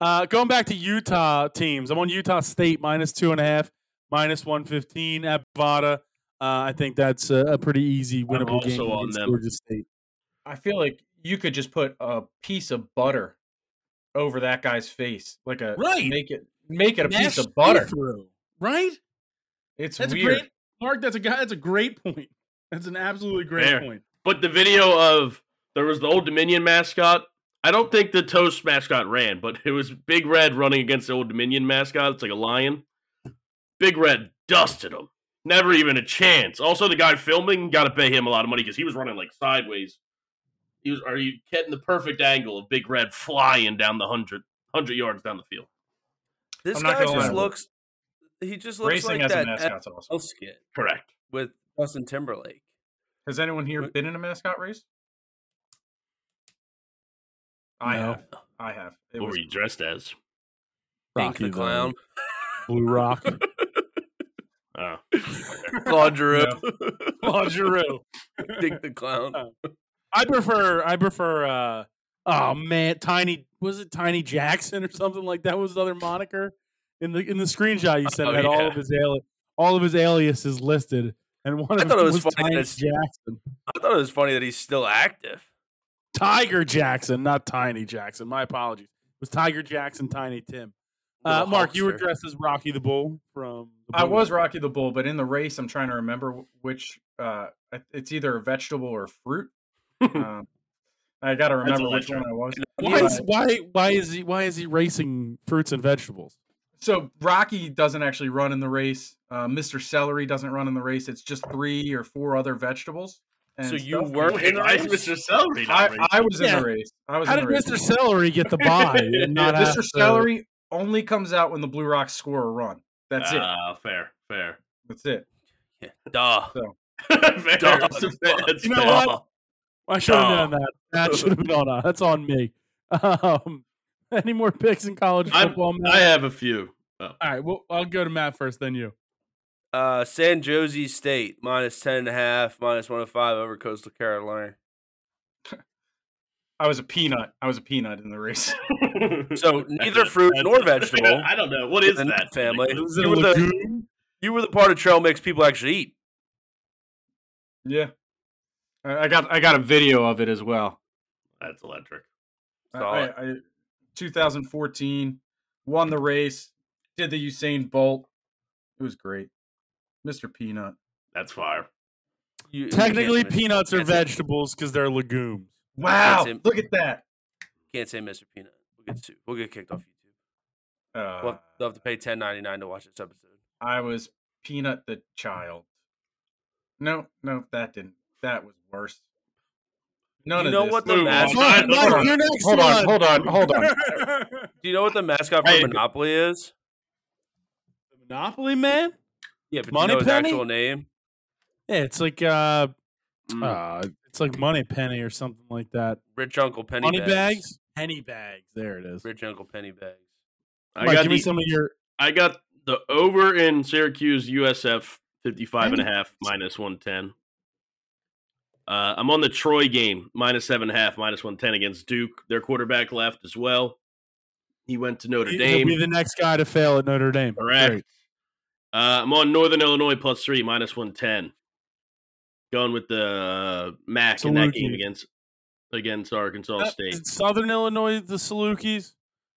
S2: Uh, going back to Utah teams, I'm on Utah State minus two and a half, minus one fifteen at Bovada. Uh, I think that's a, a pretty easy winnable game.
S4: also on
S2: against
S4: them.
S2: Georgia State.
S5: I feel like you could just put a piece of butter over that guy's face, like a
S2: Right.
S5: Make it make it a
S2: Mashed
S5: piece of butter.
S2: through, right?
S5: It's
S2: That's
S5: weird.
S2: a great Mark. That's a guy. That's a great point. That's an absolutely great
S4: Fair.
S2: point.
S4: But the video of there was the old Dominion mascot. I don't think the Toast mascot ran, but it was Big Red running against the old Dominion mascot. It's like a lion. Big Red dusted him. Never even a chance. Also, the guy filming got to pay him a lot of money because he was running like sideways. He was. Are you getting the perfect angle of Big Red flying down the hundred hundred yards down the field?
S3: This
S5: I'm not
S3: guy
S5: gonna
S3: just
S5: lie.
S3: looks. He just looks like
S5: Racing as a
S3: that
S5: mascot's awesome.
S3: NFL skit
S4: Correct.
S3: with Justin Timberlake.
S5: Has anyone here
S3: Wait.
S5: been in a mascot race? I
S2: No.
S5: have. I have. It
S4: what
S5: was
S4: were you dressed as?
S3: Thank the clown,
S2: Blue Rock,
S4: Oh.
S3: Claude Giroux, <laughs>
S2: Claude Giroux.
S3: Dink the clown.
S2: Uh, I prefer. I prefer. uh Oh man, Tiny was it Tiny Jackson or something like that was his other moniker in the in the screenshot you sent
S3: Oh,
S2: had all
S3: yeah.
S2: of his ali- all of his aliases listed, and one
S3: I
S2: of
S3: thought it
S2: them
S3: was funny
S2: Tiny
S3: that's-
S2: Jackson,
S3: I thought it was funny that he's still active.
S2: Tiger Jackson, not Tiny Jackson. My apologies. It was Tiger Jackson, Tiny Tim. Uh,
S3: Little
S2: Mark, you were
S3: huckster.
S2: dressed as Rocky the Bull from. The
S5: I
S2: Bull
S5: was Rocky the Bull, but in the race, I'm trying to remember wh- which. Uh, I- it's either a vegetable or a fruit.
S2: <laughs>
S5: Um, I got to remember which one
S4: electric.
S5: I was.
S2: Why
S5: Yeah.
S2: is why why is he why is he racing fruits and vegetables?
S5: So Rocky doesn't actually run in the race. Uh, Mr. Celery doesn't run in the race. It's just three or four other vegetables. And
S3: So you
S5: stuff.
S3: weren't in the
S4: Why is
S3: race?
S4: Mr. Celery not
S5: I,
S4: racing?
S5: I was in
S2: Yeah.
S5: the race. I was
S2: How
S5: in
S2: did
S5: the race. <laughs>
S2: Mr. Celery get the buy? and not
S5: Mr.
S2: have to-
S5: Celery only comes out when the Blue Rocks score a run. That's it.
S4: Ah, fair, fair.
S5: That's it.
S3: Duh.
S4: fair.
S3: Duh.
S4: That's a- that's
S2: You know
S4: fair.
S2: what? I should have
S3: Duh.
S2: known that. That should have been on us. That's on me. <laughs> Um, any more picks in college
S4: I'm-
S2: football? Matt?
S4: I have a <laughs> few. Oh.
S2: All right, well, I'll go to Matt first, then you.
S3: Uh, San Jose State minus ten and a half, minus one hundred five over Coastal Carolina.
S5: I was a peanut. I was a peanut in the race. <laughs>
S3: So neither fruit
S4: <laughs> That's-
S3: nor vegetable.
S4: I don't know what is
S3: in
S4: that
S3: family?
S2: Is it
S3: You
S2: a
S3: were, the,
S2: legume?
S3: you were the part of trail mix people actually eat.
S5: yeah, I I got I got a video of it as well.
S4: That's electric.
S5: I,
S3: Solid.
S5: I, I, 2014 won the race. Did the Usain Bolt? It was great, Mr. Peanut.
S4: That's fire.
S3: You, you
S2: Technically,
S3: can't say Mr.
S2: peanuts are
S3: Can't say-
S2: vegetables because they're legumes.
S5: Wow,
S3: him.
S5: look at that.
S3: Can't say Mr. Peanut. We'll get sued. We'll get kicked off YouTube.
S5: Uh,
S3: We'll have, they'll have to pay ten ninety nine to watch this episode.
S5: I was Peanut the child. No, no, that didn't. That was worse. None
S3: You
S5: of
S3: know
S5: this-
S3: what the
S5: Move on.
S3: mas-
S2: Mike,
S5: Hold on,
S2: you're next
S5: hold on,
S2: one.
S5: hold on, hold on.
S2: <laughs>
S3: Do you know what the mascot for
S4: Hey.
S3: Monopoly is?
S2: Monopoly man.
S3: Yeah, but do you know his
S2: Moneypenny?
S3: actual name.
S2: Yeah, it's like uh,
S4: Mm.
S2: uh, it's like money penny or something like that.
S3: Rich Uncle Penny
S2: Money
S3: Bags.
S2: bags, penny bags. There it is.
S3: Rich Uncle Penny Bags.
S4: I
S2: Mike,
S4: got
S2: give me
S4: the-
S2: some of your.
S4: I got the over in Syracuse USF 55 and a half minus 110. Uh, I'm on the Troy game minus seven and a half minus 110 against Duke. Their quarterback left as well. He went to Notre
S2: He'll
S4: Dame.
S2: be the next guy to fail at Notre Dame.
S4: Correct.
S2: Great.
S4: Uh, I'm on Northern Illinois plus three minus 110. Going with the uh, Mac in
S2: Salute
S4: that game
S2: you.
S4: against against Arkansas
S2: Uh,
S4: State.
S2: is Southern Illinois, the Salukis.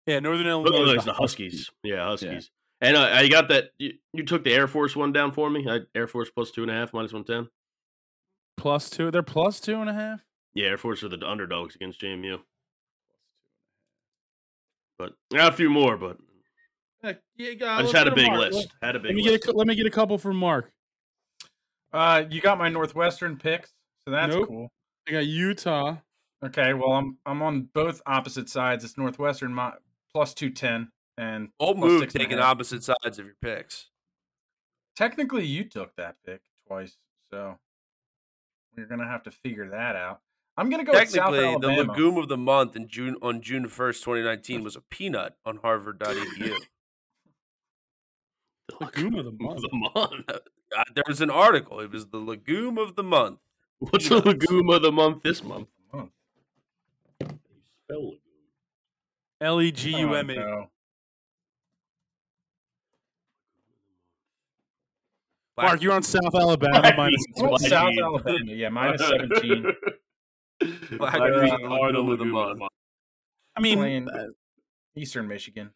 S2: Yeah, Northern Illinois.
S4: Oh,
S2: is
S4: no, it's the Huskies. Yeah, Huskies. And uh, I got that. You, you took the Air Force one down for me. I, Air Force plus two and a half, minus one ten.
S2: Plus two. They're plus two and a half.
S4: Yeah, Air Force are the underdogs against JMU. But I got a few more,
S2: Uh,
S4: but I just had a big list. Had a
S2: Let
S4: big
S2: me get a,
S4: list. <laughs>
S2: cou- let me get a couple from Mark.
S5: Uh, you got my Northwestern picks, so that's
S2: Nope.
S5: cool.
S2: I got Utah.
S5: Okay, well I'm I'm on both opposite sides. It's Northwestern mi- plus two ten, and
S3: Old
S5: Plus
S3: move
S5: six and a
S3: taking
S5: half.
S3: opposite sides of your picks.
S5: technically you took that pick twice, so we're gonna have to figure that out. I'm gonna go with South
S3: Technically, the
S5: Alabama.
S3: legume of the month in June on June first, twenty nineteen, was a peanut on E
S5: <laughs>
S3: Harvard.edu.
S2: Legume
S4: <laughs>
S2: of the
S4: Legume of
S2: month. <laughs>
S4: month.
S3: uh, there was an article. It was the legume of the month.
S4: What's the legume of the month this month?
S5: Month.
S2: L e
S5: I
S2: g
S5: don't
S2: u m e.
S5: know.
S2: Mark, you're on South Alabama.
S4: Black <laughs>
S2: Minus
S4: beans.
S5: Oh,
S4: Why
S5: South
S4: you-
S5: Alabama, yeah, minus
S4: <laughs>
S5: seventeen.
S3: <laughs> Black
S4: Black
S3: beans
S4: beans
S3: are
S4: are
S3: legume of
S4: the
S3: the
S4: legume of the
S3: month.
S4: month.
S2: I mean,
S5: Playing
S2: uh,
S5: Eastern Michigan.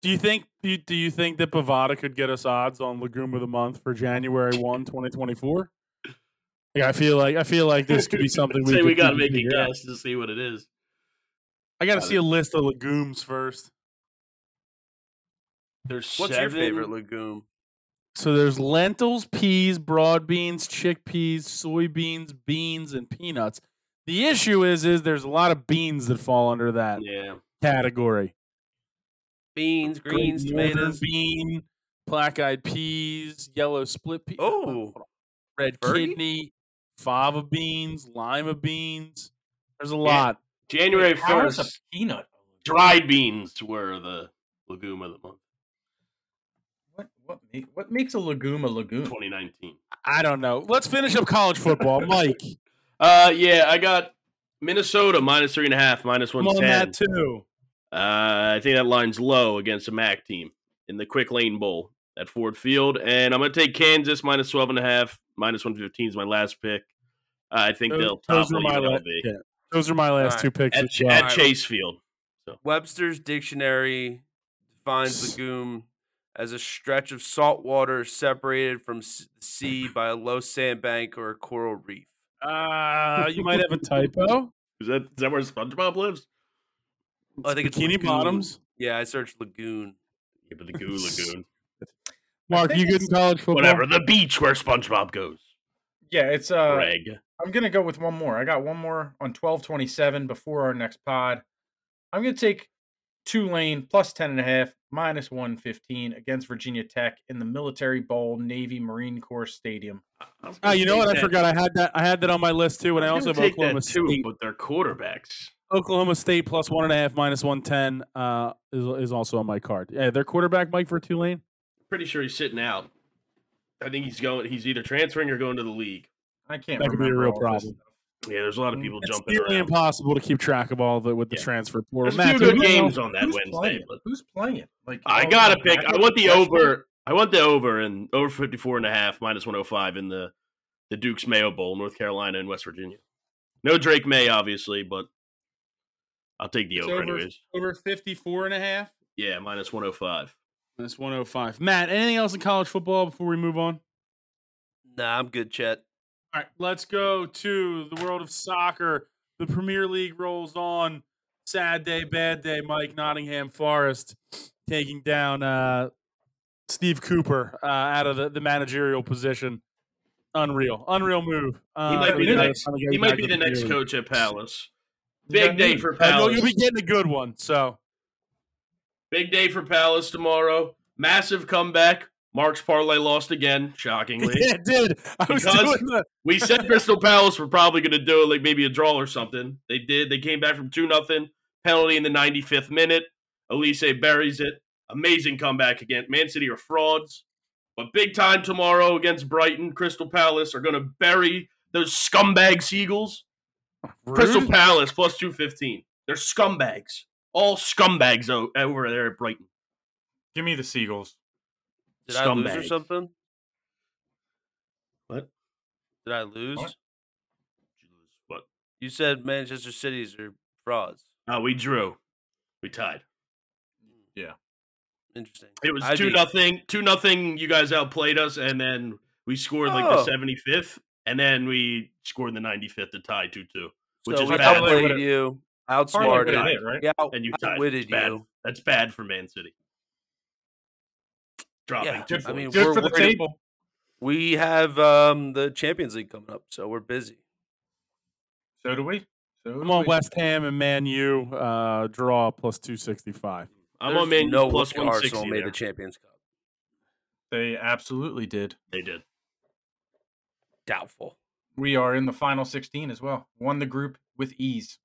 S2: do you think do you- do you think that Bovada could get us odds on legume of the month for January 1, 2024? Yeah, I feel like I feel like this could be
S4: <laughs>
S2: something we
S4: Say we
S2: could
S4: got to
S2: keep
S4: make a
S2: figuring out.
S4: guess to see what it is.
S2: I got to
S4: Got
S2: see a list of legumes first.
S4: There's
S3: What's your favorite legume?
S2: So there's lentils, peas, broad beans, chickpeas, soybeans, beans, and peanuts. The issue is, is there's a lot of beans that fall under that
S4: Yeah.
S2: category.
S3: Beans, greens,
S2: Great northern
S3: tomatoes.
S2: bean, black-eyed peas, yellow split peas,
S3: Oh,
S2: red
S3: Fergie?
S2: kidney, fava beans, lima beans. There's a lot.
S4: January
S5: How is a
S4: first,
S5: peanut?
S4: dried beans were the legume of the month,
S5: What what make, what makes a legume a
S3: Mm.
S5: legume?
S4: 2019.
S2: I don't know. Let's finish up college football, Mike.
S4: Uh, yeah, I got Minnesota minus three and a half, minus
S2: I'm on
S4: <laughs> one ten.
S2: that too.
S4: Uh, I think that line's low against a MAC team in the Quick Lane Bowl at Ford Field, and I'm gonna take Kansas minus twelve and a half, minus one fifteen is my last pick. I think they'll top
S2: are my la-
S4: UNLV
S2: yeah. Those are my last
S3: Alright.
S2: two picks.
S4: at,
S2: as
S4: Ch-
S2: well.
S4: at Chase Field.
S3: Webster's dictionary defines
S2: S-
S3: legume as a stretch of salt water separated from s- the sea by a low sandbank or a coral reef.
S2: Uh, you might have
S4: <laughs>
S2: a typo.
S4: Is that is that where SpongeBob lives?
S3: I think it's
S2: Bikini
S3: lagoon.
S2: bottoms.
S3: Yeah, I searched lagoon.
S4: Yeah, but the Goo Lagoon,
S2: Mark, you
S5: think
S2: good in college <laughs> football?
S4: whatever. The beach where SpongeBob goes.
S5: Yeah, it's uh
S4: Greg.
S5: I'm gonna go with one more. I got one more on twelve twenty seven before our next pod. I'm gonna take Tulane plus 10 and a half, minus 115 against Virginia Tech in the Military Bowl Navy Marine Corps Stadium.
S4: I was
S2: Oh,
S4: gonna
S2: you know
S4: take
S2: what? I
S4: that-
S2: forgot I had that. I had that on my list too. And I
S4: was
S2: also
S4: gonna
S2: have
S4: take
S2: Oklahoma
S4: that too,
S2: State.
S4: but they're quarterbacks.
S2: Oklahoma State plus one and a half, minus one ten uh, is is also on my card. Yeah, their quarterback Mike for Tulane.
S4: Pretty sure he's sitting out. I think he's going. He's either transferring or going to the league.
S5: I can't
S2: That could be a
S5: remember
S2: real
S5: all of this
S2: problem.
S5: stuff.
S4: Yeah, there's a lot of people
S2: It's
S4: jumping
S2: nearly
S4: around.
S2: impossible to keep track of all the with the
S4: Yeah.
S2: transfer portal.
S4: There's a
S2: Matt,
S4: few
S2: do
S4: good
S2: we know-
S4: games on that
S5: Who's
S4: Wednesday,
S5: playing?
S4: but
S5: Who's playing? Like
S4: I
S5: oh,
S4: gotta pick.
S5: Mac-
S4: I want the over. I want the over and over 54 and a half minus 105 in the the Duke's Mayo Bowl, North Carolina and West Virginia. No Drake May, obviously, but I'll take the
S2: It's over.
S4: over, anyways.
S2: over 54 and a half.
S4: Yeah, minus 105.
S2: That's 105. Matt, anything else in college football before we move on?
S3: Nah, I'm good, Chet.
S2: All right, let's go to the world of soccer. The Premier League rolls on. Sad day, bad day. Mike Nottingham Forest taking down uh, Steve Cooper uh, out of the, the managerial position. Unreal, unreal move. Uh,
S4: might
S2: for
S4: be the
S2: guys
S4: next-
S2: trying to get
S4: He might
S2: back
S4: be
S2: to
S4: the next
S2: Premier League.
S4: coach at Palace.
S5: You got
S4: Big day
S5: me.
S4: for
S2: I know
S4: Palace.
S2: you'll be getting a good one. So
S4: Big day for Palace tomorrow. Massive comeback. Mark's parlay lost again,
S5: <laughs>
S4: shockingly.
S2: <laughs> yeah, it did. I was
S4: Because-
S2: doing the,
S4: We said Crystal Palace were probably going to do it, like maybe a draw or something. They did. They came back from 2 nothing. Penalty in the 95th minute. Elise buries it. Amazing comeback again. Man City are frauds. But big time tomorrow against Brighton. Crystal Palace are going to bury those scumbag Seagulls. Crystal
S2: Rude?
S4: Palace plus 215. They're scumbags. All scumbags o- over there at Brighton.
S5: Give me the Seagulls.
S3: Did I lose or
S4: Scumbag.
S3: something?
S4: What?
S3: Did I lose?
S5: What?
S4: But
S3: You said Manchester Cities are frauds.
S4: uh, we drew. We tied.
S3: Interesting.
S4: It was
S3: I
S4: two
S3: beat-
S4: nothing, two nothing. You guys outplayed us, and then we scored like the
S3: Oh.
S4: seventy fifth, and then we scored the ninety fifth to tie two two, which
S3: so
S4: is
S3: we
S4: bad.
S5: Parlay would've-
S3: outplayed you,
S5: Parlay would've
S3: outsmarted,
S4: Smarter.
S5: hit, right?
S3: yeah,
S4: and you tied. It's
S3: outwitted
S4: bad.
S3: you.
S4: That's bad for Man City. Dropping
S3: Yeah,
S4: two
S3: I mean,
S4: points.
S5: Good
S3: we're
S5: for the
S3: worried-
S5: table.
S3: We have um, the Champions League coming up, so we're busy.
S5: So do we. So
S2: I'm
S5: do
S2: on
S5: we.
S2: West Ham and Man U uh, draw plus 265.
S4: I'm on
S3: There's
S4: Man U
S3: no
S4: plus
S3: way
S4: one
S3: Arsenal
S4: sixty.
S3: made the Champions Cup.
S5: They absolutely did.
S4: They did.
S3: Doubtful.
S5: We are in the final 16 as well. Won the group with ease.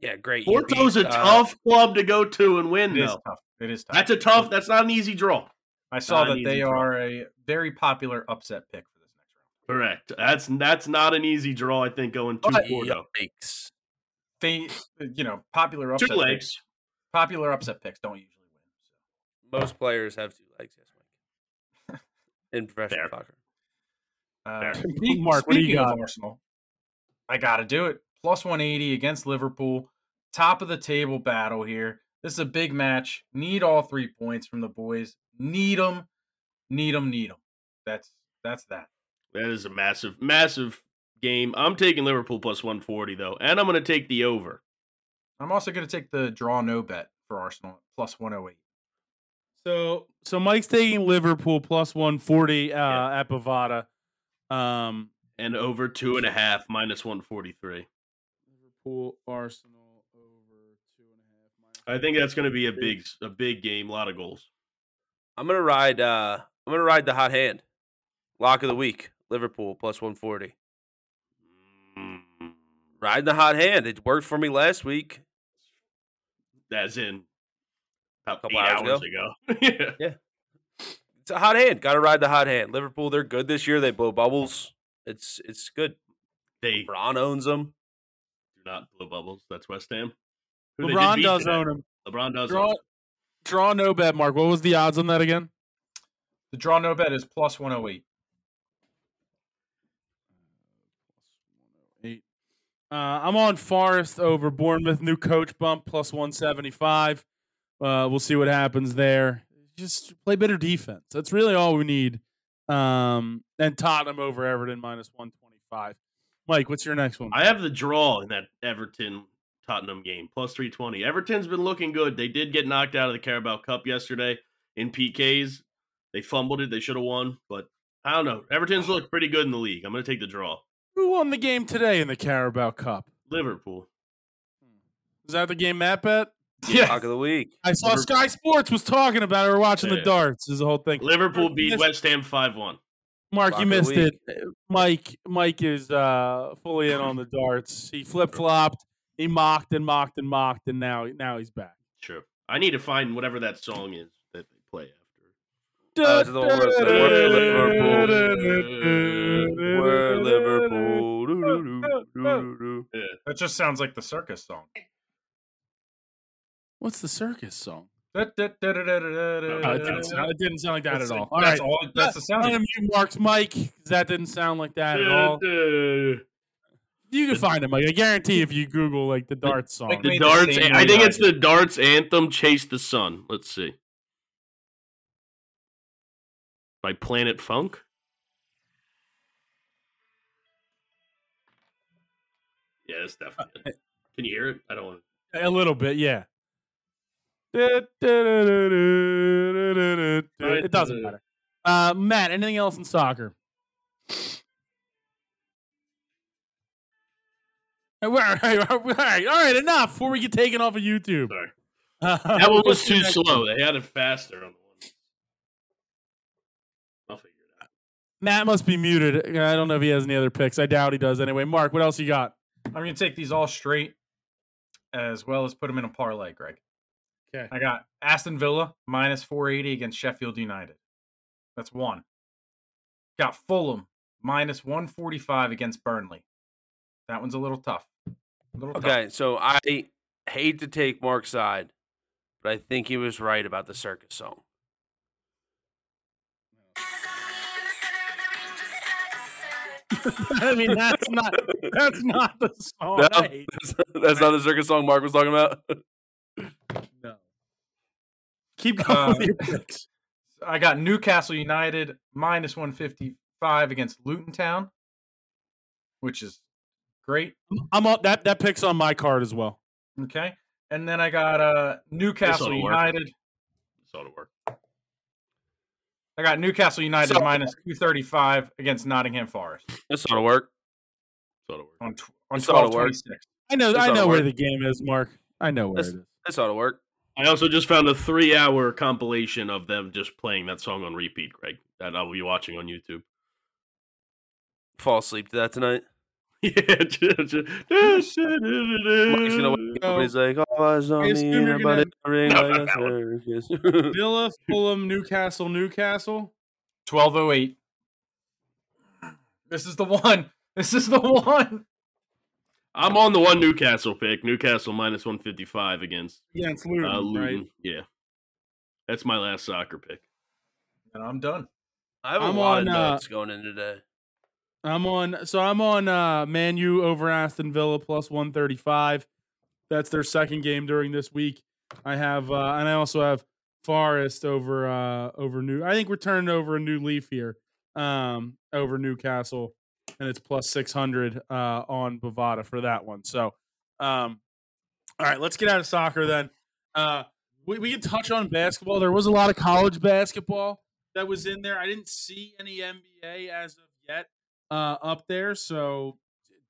S3: Yeah, great. You
S4: Porto's a
S3: beat, uh,
S4: tough club to go to and win.
S5: It is
S4: Though
S5: tough. It is tough.
S4: that's a tough. That's not an easy draw.
S5: I saw
S4: not
S5: that
S4: an easy
S5: they
S4: draw.
S5: are a very popular upset pick for this next round.
S4: Correct. That's that's not an easy draw. I think going two Porto,
S3: Yikes.
S5: They, uh, you know, popular
S4: two
S5: upset picks.
S4: legs.
S5: Popular upset picks don't usually win.
S3: Most players have two legs, yes,
S4: <laughs>
S3: Mike. In professional
S4: Fair.
S3: soccer.
S5: Uh,
S4: Fair.
S5: speak-
S2: Mark, what do you
S5: speaking of
S2: got?
S5: Arsenal, I got to do it. Plus 180 against Liverpool. Top of the table battle here. This is a big match. Need all three points from the boys. Need them. Need them. Need them. That's that's that.
S4: That is a massive, massive game. I'm taking Liverpool plus 140 though, and I'm going to take the over.
S5: I'm also going to take the draw no bet for Arsenal at plus 108.
S2: So so Mike's taking Liverpool plus one forty uh, at Bovada. Um,
S4: And over two and a half minus 143.
S2: Liverpool Arsenal over two and a half.
S4: I think that's going to be a big, a big game. A lot of goals.
S3: I'm gonna ride uh I'm gonna ride the hot hand. Lock of the week, Liverpool plus one forty.
S4: Mm,
S3: Ride the hot hand. It worked for me last week.
S4: As in about
S3: Couple
S4: eight
S3: hours
S4: hours ago. <laughs> yeah.
S3: It's a hot hand. Gotta ride the hot hand. Liverpool, they're good this year. They blow bubbles. It's it's good.
S4: They do
S3: Braun owns <laughs> them.
S4: not blow bubbles. That's West Ham. Who they did
S2: LeBron
S4: beat
S2: does
S4: today.
S2: own him.
S4: LeBron does.
S2: Draw,
S4: own.
S2: draw no bet, Mark. What was the odds on that again?
S5: The draw no bet is plus <laughs> 108.
S2: Eight. Uh, I'm on Forest over Bournemouth. New coach bump plus one seventy five. Uh, we'll see what happens there. Just play better defense. That's really all we need. Um, and Tottenham over Everton minus one twenty five. Mike, what's your next one?
S4: I have the draw in that Everton Tottenham game, plus 320. Everton's been looking good. They did get knocked out of the Carabao Cup yesterday in PKs. They fumbled it. They should have won, but I don't know. Everton's looked pretty good in the league. I'm going to take the draw.
S2: Who won the game today in the Carabao Cup?
S4: Liverpool.
S2: Is that the game Matt bet?
S5: Yeah.
S3: Cock of the week.
S2: I saw Sky Sports was talking about it. We're watching the
S4: Yeah.
S2: darts. Is the whole thing. Mark,
S4: Liverpool
S2: you
S4: beat
S2: missed-
S4: West Ham five one.
S2: Mark,
S3: Rock
S2: you
S3: of the
S2: missed
S3: week.
S2: it. Mike, Mike is uh, fully in on the darts. He flip flopped. He mocked and mocked and mocked, and now now he's back.
S4: True. I need to find whatever that song is that they play after.
S3: Uh, it's the one where it's like, we're Liverpool. We're Liverpool. Doo, doo, doo, doo, doo, doo.
S5: That just sounds like the circus song.
S2: What's the circus song?
S5: Da- da- da- da- da- da- da-
S2: Oh,
S5: da-
S2: it, didn't sound, it didn't sound like that
S5: That's
S2: at all.
S5: like-
S2: All
S5: that's
S2: right,
S5: all. That's the
S2: I'm
S5: sound.
S2: gonna
S5: of it.
S2: mute Mark's mic 'cause that didn't sound like that at all.
S4: The
S2: You can find him. Like I guarantee, if you Google like the darts song,
S5: like, Made the
S4: darts.
S5: same
S4: I think
S5: way.
S4: it's the darts anthem. Chase the sun. Let's see. By Planet Funk. Yeah, that's
S5: Uh,
S4: definitely. it. Can you hear it? I don't want.
S2: a little bit, yeah. It doesn't matter. Uh, Matt, anything else in soccer? <laughs> All right, all right, all right, enough before we get taken off of YouTube. <laughs>
S4: Sorry.
S2: Uh,
S4: That one
S2: we'll
S4: was
S2: see
S4: too
S2: next-
S4: slow. They had it faster on the one. I'll figure it out.
S2: Matt must be muted. I don't know if he has any other picks. I doubt he does anyway. Mark, what else you got? <laughs>
S5: I'm gonna take these all straight, as well as put them in a parlay, Greg.
S2: Okay.
S5: I got Aston Villa minus 480 against Sheffield United. That's one. Got Fulham minus 145 against Burnley. That one's a little tough. A little tough.
S3: Okay, so I hate to take Mark's side, but I think he was right about the circus song. <laughs>
S2: I mean, that's not that's not the song.
S3: No,
S2: I hate
S3: that's, that's not the circus song Mark was talking about.
S2: No. Keep going.
S5: Uh,
S2: with your picks.
S5: I got Newcastle United minus 155 against Luton Town, which is great.
S2: I'm on that. That pick's on my card as well.
S5: Okay. And then I got uh, Newcastle
S4: work.
S5: United.
S4: This ought to work.
S5: I got Newcastle United
S3: So-
S5: minus 235 against Nottingham Forest
S3: This ought to work.
S4: This ought to work.
S5: on, tw- on
S3: It's all to work.
S5: 1226.
S2: I know.
S3: It's
S2: I
S3: on
S2: know where
S3: work.
S2: the game is, Mark. I know where
S3: That's-
S2: it is.
S3: This ought to work.
S4: I also just found a three-hour compilation of them just playing that song on repeat, Greg. That I will be watching on YouTube.
S3: Fall asleep to that tonight.
S4: <laughs> yeah, just, just,
S3: Mark's gonna wake up and he's like, "All eyes on
S2: I assume
S3: me,
S2: you're
S3: everybody <laughs> ring
S4: No,
S3: like
S4: not
S3: a
S4: that
S3: circus." <laughs>
S2: Villa, Fulham, Newcastle, Newcastle.
S5: 1208. This is the one. <laughs> This is the one.
S4: I'm on the one Newcastle pick. Newcastle minus 155 against
S2: Yeah, it's Luton.
S4: uh,
S2: Hmm, right?
S4: Luton. Yeah, that's my last soccer pick.
S5: And I'm done.
S3: I have a
S2: I'm
S3: lot
S2: on,
S3: of
S2: uh,
S3: notes going in today.
S2: I'm on. So I'm on uh, Man U over Aston Villa plus 135. That's their second game during this week. I have, uh, and I also have Forest over uh, over New. I think we're turning over a new leaf here um, over Newcastle, and it's plus 600 uh, on Bovada for that one. So, um, all right, let's get out of soccer then. Uh, we, we can touch on basketball. There was a lot of college basketball that was in there. I didn't see any NBA as of yet uh, up there. So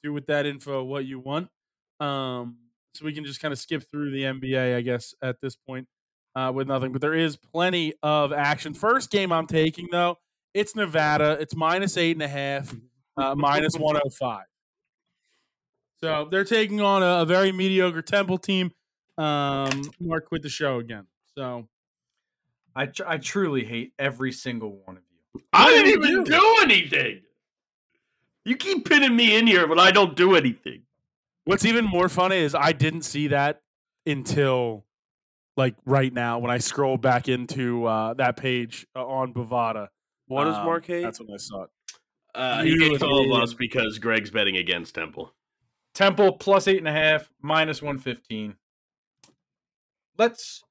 S2: do with that info what you want. Um, so we can just kind of skip through the NBA, I guess, at this point uh, with nothing. But there is plenty of action. First game I'm taking, though, it's Nevada. It's minus eight and a half, uh, minus 105. So they're taking on a, a very mediocre Temple team. Um, Mark quit the show again. So
S5: I, tr- I truly hate every single one of you.
S4: I
S2: did
S4: didn't
S2: you
S4: even
S2: do?
S4: do anything. You keep pinning me in here when I don't do anything.
S2: What's even more funny is I didn't see that until like right now when I scroll back into uh, that page uh, on Bovada.
S3: What is
S2: Um,
S3: Mark hate?
S2: That's when I saw it.
S4: Uh,
S2: You
S4: you
S2: and
S4: get all
S2: me.
S4: of us because Greg's betting against Temple.
S5: Temple plus eight and a half, minus 115. Let's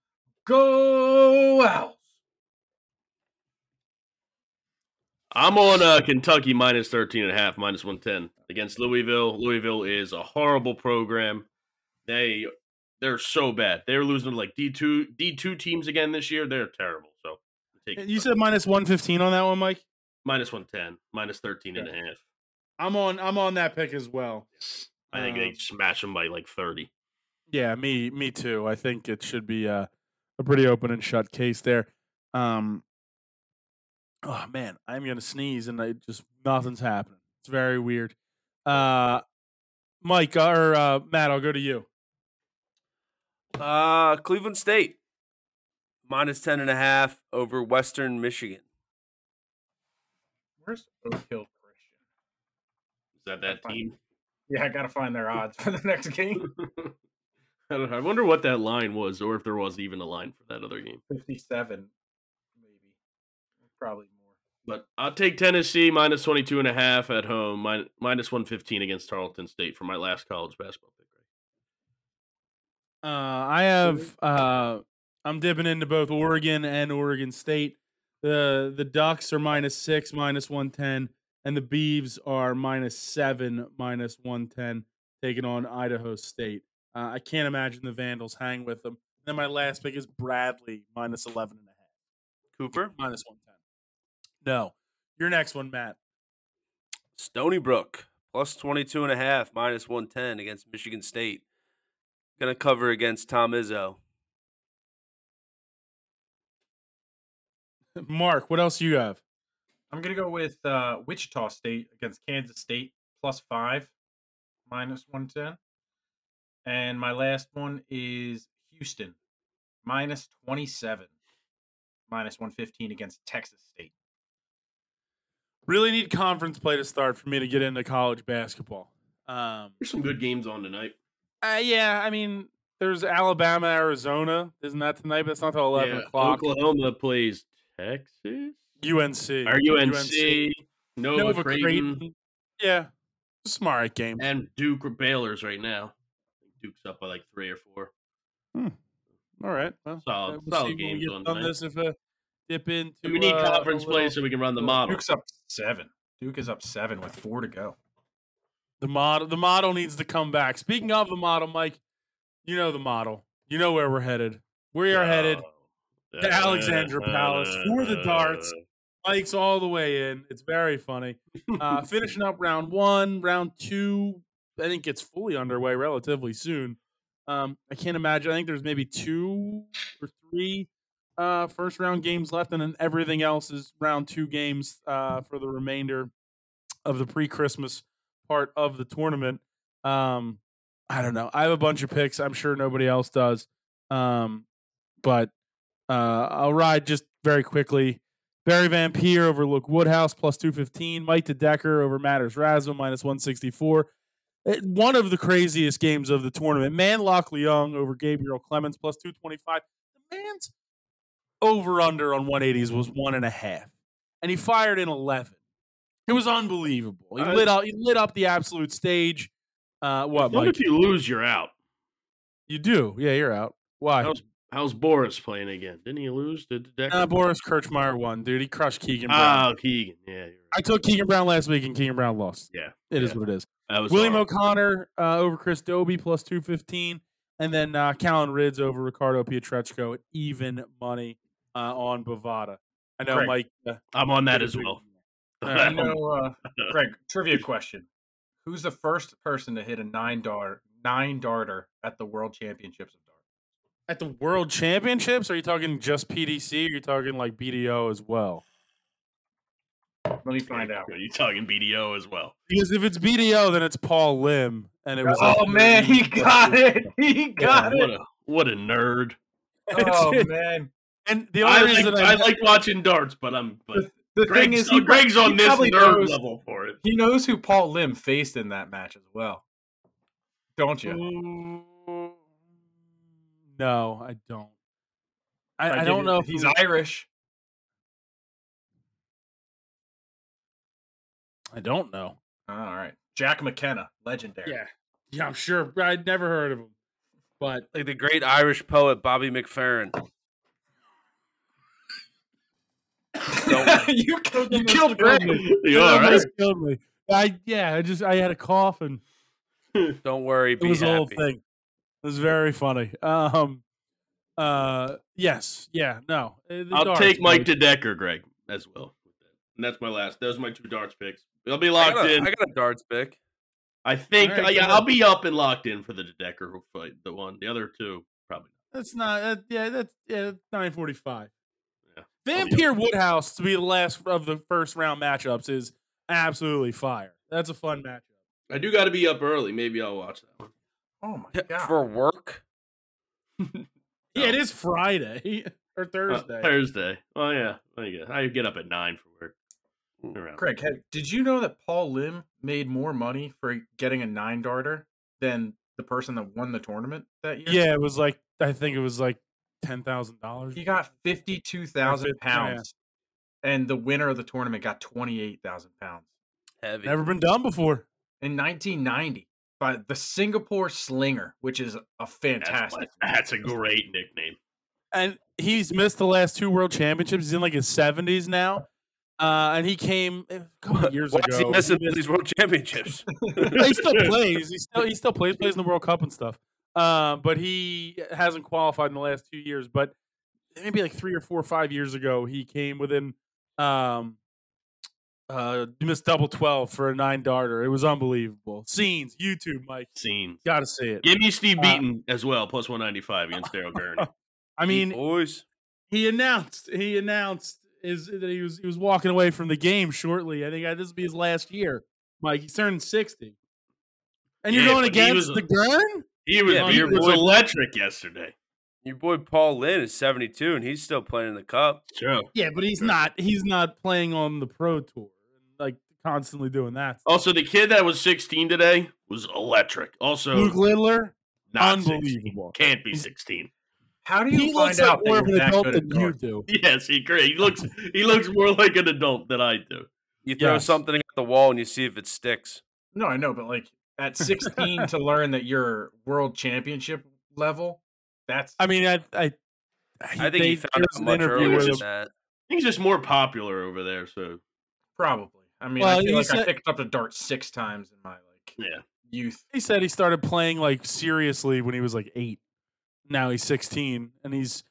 S5: go out.
S4: I'm on uh, Kentucky minus 13 and a half, minus 110 against Louisville. Louisville is a horrible program. They they're so bad. They're losing to like D2 D2 teams again this year. They're terrible. So I'm taking
S2: Eh, You said minus one fifteen on that one, Mike.
S4: minus 110, minus 13 and a half.
S2: I'm on. I'm on that pick as well.
S4: I think
S2: Um,
S4: they smash them by like 30.
S2: Yeah, me me too. I think it should be a, a pretty open and shut case there. Um Oh man, I'm gonna sneeze and I just nothing's happening. It's very weird. Uh Mike or uh Matt, I'll go to you.
S3: Uh, Cleveland State minus ten and a half over Western Michigan.
S5: Where's Oak Hill Christian?
S4: Is that that team?
S5: Yeah, I gotta find their odds for the next <laughs> game.
S4: <laughs> I, don't know. I wonder what that line was, or if there was even a line for that other game.
S5: Fifty-seven, maybe, probably more.
S4: But I'll take Tennessee minus 22 and a half at home, min- minus 115 against Tarleton State for my last college basketball pick.
S2: Uh, I have. Uh, I'm dipping into both Oregon and Oregon State. the The Ducks are minus six, minus one ten, and the Beavs are minus seven, minus one ten, taking on Idaho State. Uh, I can't imagine the Vandals hang with them. Then my last pick is Bradley minus eleven and a half,
S3: Cooper,
S2: minus one ten. No, your next one, Matt. <laughs>
S3: Stony Brook plus 22 and a half, minus 110 against Michigan State. Gonna cover against Tom Izzo.
S2: Mark, what else you have?
S5: I'm gonna go with uh, Wichita State against Kansas State plus five, minus one ten, and my last one is Houston minus twenty-seven, minus one fifteen against Texas State.
S2: Really need conference play to start for me to get into college basketball. Um,
S4: There's some good games on tonight.
S2: Uh, yeah, I mean, there's Alabama, Arizona. Isn't that tonight? But it's not till 11
S4: Yeah,
S2: o'clock.
S4: Oklahoma plays Texas
S2: UNC.
S4: or UNC, Nova,
S2: Nova
S4: Creighton,
S2: Creighton. Yeah. Smart game.
S4: and Duke or Baylor's right now. Duke's up by like three or four.
S2: All right. Well,
S4: Solid-
S2: uh, we'll
S4: solid
S2: see when
S4: games
S2: we get
S4: on
S2: on
S4: tonight.
S2: this if uh, dip into.
S4: And we need
S2: uh,
S4: conference
S2: a
S4: play
S2: little-
S4: so we can run the model.
S5: Duke's up seven. Duke is up seven with four to go.
S2: The model. The model needs to come back. Speaking of the model, Mike, you know the model. You know where we're headed. We are headed.
S4: Oh.
S2: to Alexandra Palace for the darts. Mike's all the way in. It's very funny. Uh, finishing up round one, round two, I think it's fully underway relatively soon. Um, I can't imagine. I think there's maybe two or three uh, first round games left, and then everything else is round two games uh, for the remainder of the pre Christmas part of the tournament. Um, I don't know. I have a bunch of picks. I'm sure nobody else does. Um, but uh, I'll ride just very quickly. Barry Van Pier over Luke Woodhouse plus 215. Mike DeDecker over Matters Rasma minus 164. Uh, One of the craziest games of the tournament. Manlock Leung over Gabriel Clemens plus 225. The man's over under on 180s was one and a half, and he fired in 11. It was unbelievable. He
S4: I-
S2: lit up, he lit up the absolute stage. Uh, what,
S4: What
S2: Mike?
S4: if you lose? You're out.
S2: You do. Yeah, you're out. Why?
S4: How's, how's Boris playing again? Didn't he lose? Did the
S2: Uh, Boris Kirchmeyer won, dude. He crushed Keegan Brown.
S4: Oh, Keegan. Yeah, you're right.
S2: I took Keegan Brown last week, and Keegan Brown lost.
S4: Yeah,
S2: it is
S4: yeah.
S2: what it is.
S4: that was
S2: William
S4: horrible.
S2: O'Connor uh, over Chris Doby plus two fifteen, and then uh, Callan Rids over Ricardo Pietreczko at even money uh, on Bovada. I know
S5: Great.
S2: Mike. Uh,
S4: I'm on that
S2: did a
S4: as
S2: big- <laughs>
S4: well.
S2: Alright,
S4: <laughs>
S5: You know, uh, Greg, trivia question: Who's the first person to hit a nine dart nine darter at the World Championships of Dart?
S2: At the World Championships, are you talking just PDC? Or are you talking like BDO as well?
S5: Let me find out.
S4: You're talking BDO as well.
S2: Because if it's BDO, then it's Paul Lim, and it was.
S5: Oh
S2: like-
S5: man, he got it! <laughs> He got
S4: what a
S5: it! <laughs>
S4: what a nerd.
S5: Oh man,
S2: and the
S4: I
S2: only
S4: like,
S2: reason
S4: I like watching darts, but I'm but
S5: the thing
S4: Greg's,
S5: is, he,
S4: Greg's
S5: prob-
S4: on
S5: he
S4: this
S5: probably
S4: nerd
S5: knows-
S4: level for it.
S5: He knows who Paul Lim faced in that match as well. Don't you?
S2: Ooh. No, I don't. I, I,
S5: give
S2: don't
S5: you-
S2: know if
S5: He's
S2: it was-
S5: Irish.
S2: I don't know.
S5: All right, Jack McKenna, legendary. <laughs>
S2: yeah, I'm sure. I'd never heard of him, but
S3: Like the great Irish poet Bobby McFerrin. Don't-
S5: you killed, you
S4: <laughs>
S5: killed Greg.
S4: You all right?
S2: almost killed me. I yeah, I just I had a cough and
S3: Don't worry, be
S2: it was
S3: happy.
S2: the whole thing. It was very funny. Um, uh, yes, yeah, no. uh, the
S4: I'll
S2: darts,
S4: take Mike
S2: but-
S4: DeDecker, Greg, as well. And that's my last. Those are my two darts picks. They'll be
S3: I
S4: locked
S3: got, a, <laughs>
S4: in.
S3: I got a darts pick.
S4: I think
S2: All right,
S4: uh, yeah,
S2: good
S4: I'll
S2: luck.
S4: be up and locked in for the Decker fight. The one, the other two probably.
S2: That's not. That, yeah, that's yeah. That's nine forty-five.
S4: Yeah.
S2: Vampire Woodhouse to be the last of the first round matchups is absolutely fire. That's a fun matchup.
S4: I do got to be up early. Maybe I'll watch that one.
S5: Oh my god!
S3: For work?
S2: Yeah, it is Friday <laughs> or
S4: Uh,
S2: Thursday.
S4: Thursday. Oh yeah, I get, I get up at nine for work.
S2: Mm.
S4: Around.
S5: Craig, hey, did you know that Paul Lim made more money for getting a nine darter than the person that won the tournament that year?
S2: yeah, it was like I think it was like ten thousand dollars.
S5: he got fifty-two thousand
S2: Yeah.
S5: pounds, and the winner of the tournament got twenty-eight thousand pounds
S3: Heavy.
S2: Never been done before.
S5: in nineteen ninety by the Singapore Slinger, which is a
S4: That's,
S5: fantastic.
S4: my- that's a great nickname.
S2: <laughs> and he's missed the last two world championships. He's in like his seventies now, uh, and he came a <laughs> couple of years
S3: Why is he
S2: ago.
S3: missing these world championships?
S2: he
S4: <laughs>
S2: still plays. He still he still plays plays in the World Cup and stuff. Um, but he hasn't qualified in the last two years. But maybe like three or four or five years ago, he came within um, uh, missed double twelve for a nine darter. It was unbelievable. Scenes, YouTube, Mike,
S4: Scenes.
S2: gotta see it.
S4: Give me Steve
S2: Uh,
S4: Beaton as well, plus one ninety five against
S2: <laughs>
S4: Daryl Gurney.
S2: I mean,
S3: boys.
S2: he announced he announced is that he was he was walking away from the game shortly. I think uh, this will be his last year. Mike, he's turning sixty, and you're
S4: Yeah,
S2: going
S4: but he
S2: against
S4: was a-
S2: the Gurn.
S4: He was,
S3: Yeah, but
S4: he
S3: your
S4: was
S3: boy-
S4: electric yesterday.
S3: Your boy Paul Lynn is 72 and he's still playing in the cup.
S4: Sure.
S2: Yeah, but he's not he's not playing on the pro tour and like constantly doing that.
S4: Also, the kid that was 16 today was electric. Also,
S2: Luke Littler,
S4: not 16.
S2: unbelievable.
S4: Can't be 16.
S5: How do you
S2: He
S5: find
S2: looks like
S5: out that
S2: more of
S5: you're
S2: an
S5: that
S2: adult
S5: good
S2: than
S5: at
S2: you
S5: darts?
S2: do.
S4: <laughs> Yes, he agree. He looks he looks more like an adult than I do.
S3: You throw
S2: Yes.
S3: something at the wall and you see if it sticks.
S5: No, I know, but like at
S2: <laughs>
S5: sixteen to learn that you're world championship level, that's
S2: I mean, I I,
S3: I think he
S2: they-
S3: found
S2: there's
S3: out
S2: an
S3: much
S2: interview
S3: earlier
S2: where
S3: than
S2: the-
S3: that.
S4: He's just more popular over there. So
S5: probably. I mean,
S2: Well,
S5: I
S2: you
S5: feel like I
S2: said-
S5: picked up the dart six times in my like
S4: yeah,
S5: youth.
S2: He said he started playing like seriously when he was like eight. Now he's 16 and he's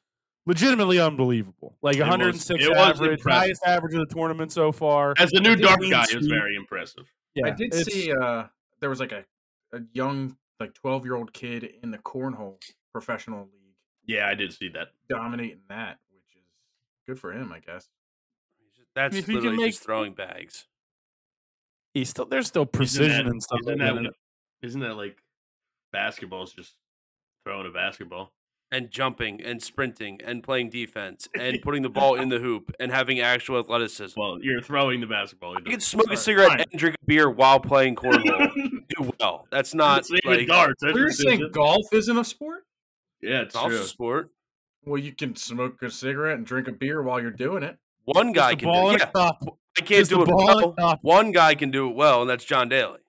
S2: legitimately unbelievable. Like
S4: was-
S2: 106
S4: it was
S2: average,
S4: impressive.
S2: highest average of the tournament so far.
S4: as the new
S2: did
S4: dark
S2: mean
S4: guy, it was
S2: Steve-
S4: very impressive.
S2: Yeah,
S5: I did
S2: it's-
S5: see uh there was like a, a young like twelve year old kid in the cornhole professional league
S4: Yeah, I did see that.
S5: dominating that, which is good for him, I guess.
S3: That's
S2: If you can
S3: literally
S2: make-
S3: just throwing bags.
S2: he's still there's still
S4: Isn't
S2: precision
S4: that-
S2: and stuff. like
S4: Isn't that,
S2: that.
S4: what- isn't that like basketball's just throwing a basketball?
S3: and jumping and sprinting and playing defense
S2: <laughs>
S3: and putting the ball in the hoop and having actual athleticism.
S4: Well, you're throwing the basketball.
S3: You can smoke a
S5: sorry,
S3: cigarette
S4: fine.
S3: and drink a beer while
S2: <laughs>
S3: playing cornhole.
S4: Same
S3: Do well. That's not
S4: with
S3: like
S4: darts. that's
S5: We were
S4: just-
S5: saying golf isn't a sport.
S4: yeah,
S3: it's
S4: it's
S3: also
S4: true.
S3: a sport.
S5: Well, you can smoke a cigarette and drink a beer while you're doing it.
S3: One
S2: Just
S3: guy
S2: the
S3: can
S2: ball
S3: do
S2: and
S3: it.
S2: a
S3: Yeah,
S2: cup.
S3: I can't
S2: Just
S3: do
S2: the
S3: it
S2: ball and a
S3: well.
S2: cup.
S3: One guy can do it well, and that's John Daly.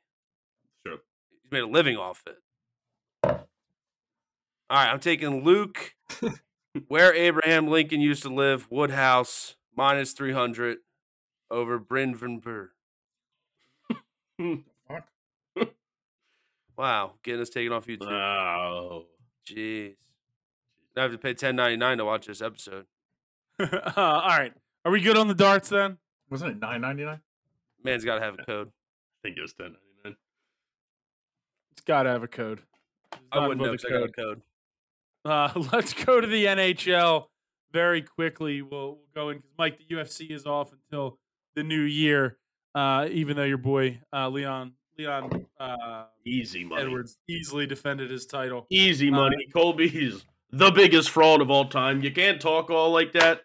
S4: Sure.
S3: He's made a living off it. All right, I'm taking
S4: <laughs>
S3: Luke, where Abraham Lincoln used to live, Woodhouse, minus 300 over Bryn
S4: <laughs>
S3: Burr.
S5: Fuck.
S3: <laughs> Wow, getting us taken off YouTube.
S4: Oh.
S3: Jeez. I have to pay ten ninety nine to watch this episode.
S2: <laughs> Uh, all right, are we good on the darts then?
S5: Wasn't it nine ninety nine?
S3: Man's got to have a code.
S4: I think it was ten ninety nine.
S2: It's got to have a code. It's
S3: I
S2: not
S3: wouldn't know
S2: above
S3: because
S2: the
S3: I got a code.
S2: Uh, <laughs> let's go to the NHL very quickly. We'll, we'll go in because Mike, the UFC is off until the new year. Uh, even though your boy uh, Leon Leon uh,
S4: Easy money.
S2: Edwards easily defended his title. <laughs>
S4: Easy money. Colby's the biggest fraud of all time. You can't talk all like that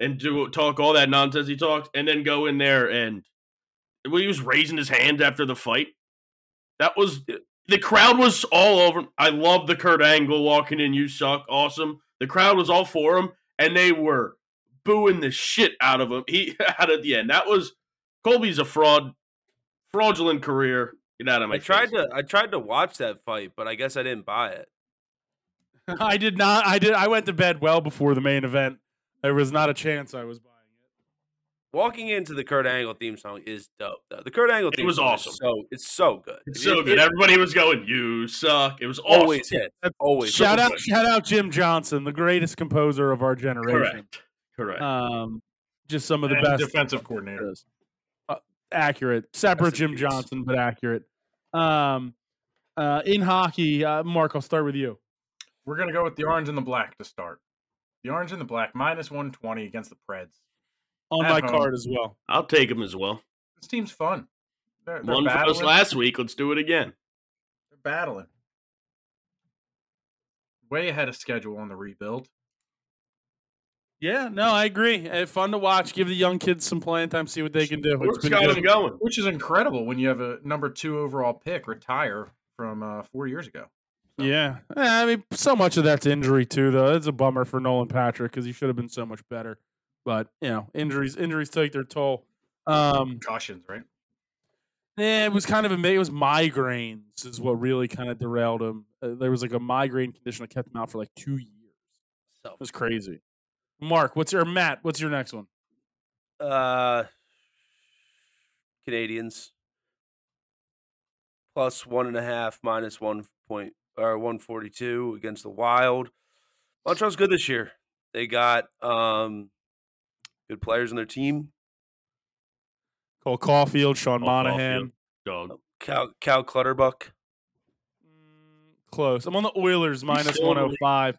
S4: and do talk all that nonsense he talked, and then go in there and when he was raising his hand after the fight, that was the crowd was all over. him. I love the Kurt Angle walking in. You suck. Awesome. The crowd was all for him, and they were booing the shit out of him. He <laughs> out at the end. That was Colby's a fraud, fraudulent career. Get out of my.
S3: I tried
S4: face.
S3: to I tried to watch that fight, but I guess I didn't buy it.
S2: I did not. I did. I went to bed well before the main event. There was not a chance I was buying it.
S3: Walking into the Kurt Angle theme song is dope. Though. The Kurt Angle
S4: It
S3: theme
S4: was
S3: song
S4: awesome.
S3: Is so it's so good.
S4: It's
S3: It-
S4: so
S3: it-
S4: good.
S3: it
S4: Everybody was going, "You suck." It was awesome.
S3: always hit. Always. hits.
S2: Shout
S4: so
S2: out!
S4: good.
S2: Shout out! Jim Johnson, the greatest composer of our generation.
S4: correct. Correct.
S2: Um, just some of the
S5: And
S2: best <laughs>
S5: defensive coordinator.
S2: Uh, accurate, separate
S3: in
S2: Jim
S3: peace.
S2: Johnson, but accurate. Um, uh, in hockey, uh, Mark, I'll start with you.
S5: We're gonna go with the orange and the black to start. The orange and the black minus one twenty against the Preds.
S2: On
S5: At
S2: my
S5: home.
S2: card as well.
S4: I'll take him as well.
S5: This team's fun. They're, they're
S4: One for us
S5: battling.
S4: last week. Let's do it again.
S5: They're battling. Way ahead of schedule on the rebuild.
S2: Yeah, no, I agree. Uh, fun to watch. Give the young kids some playing time. See what they can do. Oh, It's
S4: What's
S2: been
S4: got
S2: good.
S4: him going?
S5: Which is incredible when you have a number two overall pick retire from uh, four years ago.
S2: Yeah, Eh, I mean, so much of that's injury too, though. It's a bummer for Nolan Patrick because he should have been so much better. But you know, injuries injuries take their toll. Um,
S5: Cautions, right?
S2: yeah, Eh, it was kind of a ma- it was migraines is what really kind of derailed him. Uh, there was like a migraine condition that kept him out for like two years.
S3: So,
S2: It was crazy. Mark, what's your Matt? What's your next one?
S3: uh, Canadians plus one and a half, minus one point or one forty two against the Wild. Montreal's good this year. They got um good players on their team.
S2: Cole Caulfield, Sean
S4: Cole
S2: Monahan. Oh.
S4: Dog.
S3: Cal Cal Clutterbuck.
S2: Mm, Close. I'm on the Oilers minus
S4: still on the league.
S2: 105,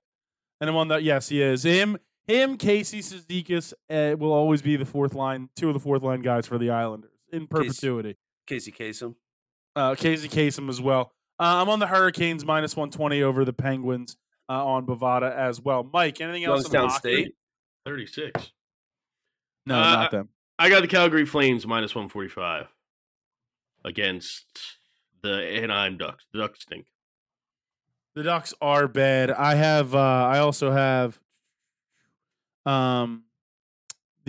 S2: and I'm on the yes, he is him. Him, Casey Sezikis uh, will always be the fourth line, two of the fourth line guys for the Islanders in perpetuity.
S3: Casey Kasem.
S2: Uh, Casey Kasem as well. Uh, I'm on the Hurricanes minus 120 over the Penguins uh, on Bovada as well. Mike, anything else? on
S3: Youngstown
S2: hockey?
S3: State.
S4: 36.
S2: No,
S4: Uh,
S2: not them.
S4: I got the Calgary Flames minus 145 against the Anaheim Ducks. The Ducks stink.
S2: The Ducks are bad. I have. Uh, I also have. Um,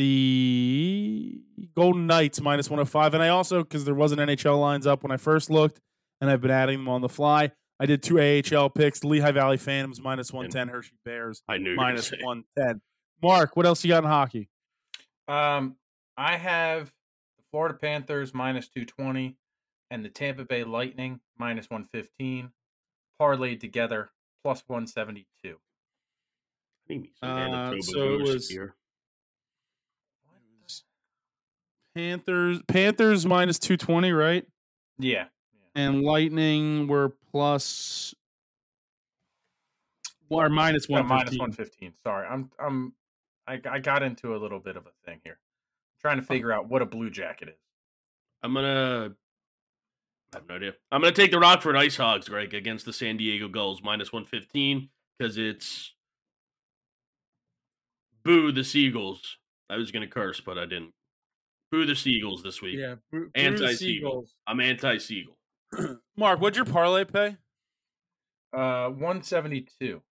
S2: the Golden Knights minus one hundred five, and I also because there wasn't NHL lines up when I first looked, and I've been adding them on the fly. I did two AHL picks: Lehigh Valley Phantoms minus one ten, Hershey Bears
S4: I knew you were gonna <laughs>
S2: minus
S4: say.
S2: one ten. Mark, what else you got in hockey?
S5: Um, I have the Florida Panthers minus 220 and the Tampa Bay Lightning minus 115 parlayed together plus 172.
S4: I think he's
S2: Uh,
S4: in Manitoba
S2: so it
S4: Moose
S2: was-
S4: here.
S2: Panthers, Panthers minus two twenty, right?
S5: Yeah.
S2: And Lightning were plus or minus
S5: Uh,
S2: one
S5: minus 115. Sorry. I'm I'm I, I got into a little bit of a thing here. trying to figure out what a blue jacket is.
S4: I'm gonna. I have no idea. I'm gonna take the Rockford Ice Hogs, Greg, against the San Diego Gulls minus 115 because it's boo the Seagulls. I was gonna curse, but I didn't. Boo the Seagulls this week.
S2: Yeah, Bru- Bruins
S4: Anti-Seagull.
S2: Seagulls.
S4: I'm anti-Seagull.
S2: Mark, what'd your parlay pay?
S5: Uh 172.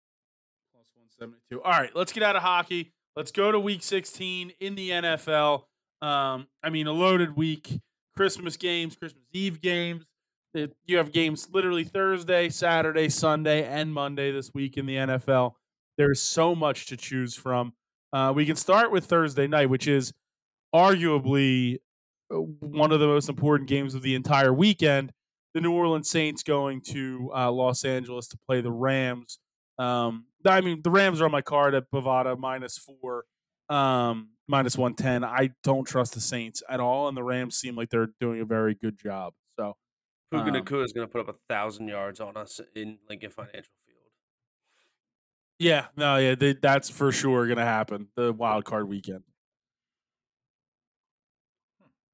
S2: Plus one seventy two. All right, let's get out of hockey. Let's go to Week sixteen in the NFL. Um, I mean, a loaded week. Christmas games, Christmas Eve games. It- you have games literally Thursday, Saturday, Sunday, and Monday this week in the NFL. There's so much to choose from. Uh, we can start with Thursday night, which is arguably uh, one of the most important games of the entire weekend. The New Orleans Saints going to uh, Los Angeles to play the Rams. Um, I mean, the Rams are on my card at Bovada minus four, um, minus one ten. I don't trust the Saints at all, and the Rams seem like they're doing a very good job. So
S3: Puka
S2: Um,
S3: Nakua is going to put up a thousand yards on us in Lincoln Financial Field.
S2: yeah, no, yeah, they, that's for sure going to happen. The wild card weekend.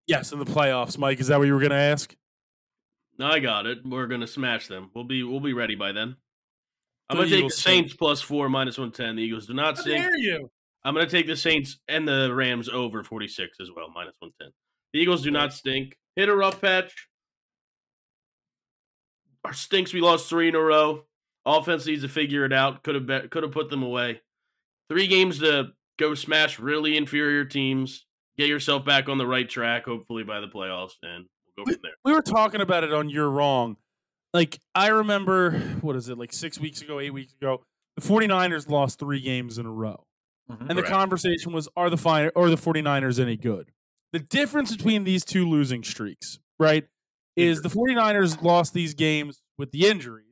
S2: Yes, in the playoffs, Mike. Is that what you were going to ask?
S4: I got it. We're gonna smash them. We'll be we'll be ready by then. I'm
S2: The
S4: gonna take the
S2: Eagles Oh, stink.
S4: Saints plus four minus one ten. The Eagles do not sink.
S2: you?
S4: I'm gonna take the Saints and the Rams over 46 as well, minus 110. The Eagles do not stink. Hit a rough patch. Our stinks. We lost three in a row. Offense needs to figure it out. Could have bet, could have put them away. Three games to go smash really inferior teams. Get yourself back on the right track, hopefully by the playoffs, and we'll go from there.
S2: we were talking about it on You're Wrong. Like, I remember, what is it, like six weeks ago, eight weeks ago, the 49ers lost three games in a row.
S5: Mm-hmm.
S2: And the
S4: Correct.
S2: conversation was, are the, fine, are the 49ers any good? The difference between these two losing streaks, right, is the 49ers lost these games with the injuries,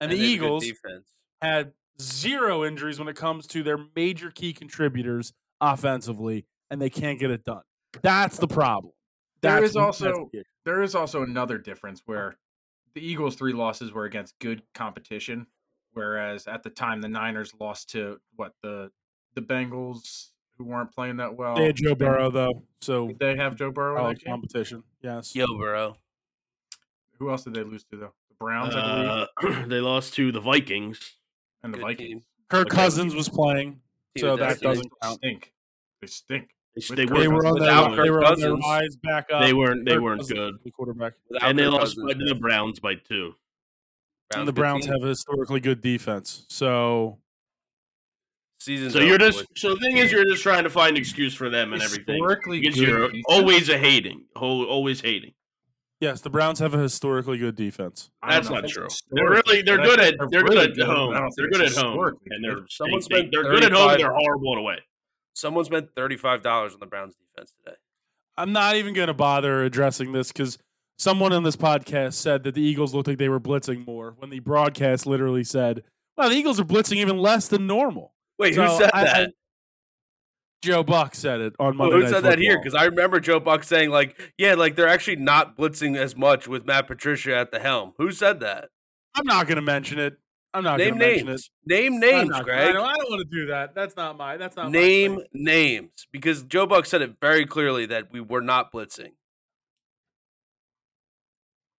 S2: and, the
S3: they have a good
S2: Eagles
S3: defense.
S2: had zero injuries when it comes to their major key contributors offensively, and they can't get it done. That's the problem.
S5: There
S2: That's
S5: is
S2: that's
S5: also-
S2: the issue.
S4: Oh.
S5: There is also another difference where the Eagles' three losses were against good competition, whereas at the time the Niners lost to what the the Bengals, who weren't playing that well.
S2: They had Joe Burrow though, so
S5: Did they have Oh, Joe
S4: Oh,
S5: Burrow. in
S2: solid
S5: that game?
S2: competition. Yes.
S3: Yo, bro.
S5: Who else did they lose to though? The Browns, I believe,
S4: Uh, <clears throat> they lost to the Vikings.
S5: and the
S3: good
S5: Vikings.
S3: team.
S2: Kirk
S4: Okay.
S2: Cousins was playing,
S3: Team
S2: so
S3: with
S2: that
S3: destiny.
S2: doesn't count.
S5: stink. They stink.
S4: They,
S5: With
S4: they
S5: Kirk
S2: They were
S4: weren't.
S2: on
S3: Without
S2: their, they
S3: Kirk
S2: were on their
S3: Cousins,
S2: rise back up.
S4: They weren't. They
S2: Kirk
S4: weren't
S2: Cousins
S4: good.
S2: was the quarterback.
S3: Without
S4: And they
S3: Kirk
S4: lost
S3: Cousins,
S4: by, to the Browns by two.
S2: and the
S3: good
S2: Browns
S3: team.
S2: have a historically good defense. So
S3: seasons.
S4: So you're
S3: over
S4: just.
S3: with.
S4: So the thing is, you're just trying to find an excuse for them and everything.
S5: Historically
S4: Because
S5: good
S4: you're oh,
S5: defense.
S4: always a hating. Hol- Always hating.
S2: yes, the Browns have a historically good defense.
S5: I don't
S4: That's
S5: know if
S4: not
S5: it's
S4: true. They're
S5: historically,
S4: really. They're
S5: but I
S4: good at.
S5: think
S4: They're
S5: really
S4: good at
S5: but I don't
S4: home.
S5: think
S4: They're
S5: it's
S4: good at home,
S5: historically
S4: and
S5: good.
S4: they're.
S3: Someone
S4: they-
S3: spent
S4: They're good at home.
S3: 35
S4: and They're horrible at away.
S3: Someone spent thirty five dollars on the Browns defense today.
S2: I'm not even going to bother addressing this because someone on this podcast said that the Eagles looked like they were blitzing more when the broadcast literally said, "Well, the Eagles are blitzing even less than normal."
S3: Wait,
S2: So
S3: who said
S2: I- I-
S3: that?
S2: Joe Buck said it on
S3: Well,
S2: Monday.
S3: who
S2: Night
S3: said that here?
S2: Football.
S3: Because I remember Joe Buck saying like, yeah, like they're actually not blitzing as much with Matt Patricia at the helm. Who said that?
S2: I'm not going to mention it. I'm not going
S3: Name
S2: to mention it.
S3: names. Name
S2: I'm
S3: names,
S2: not- I
S3: Greg.
S2: don't, want to do that. That's not my. That's not my
S3: Name
S2: place.
S3: names. Because Joe Buck said it very clearly that we were not blitzing.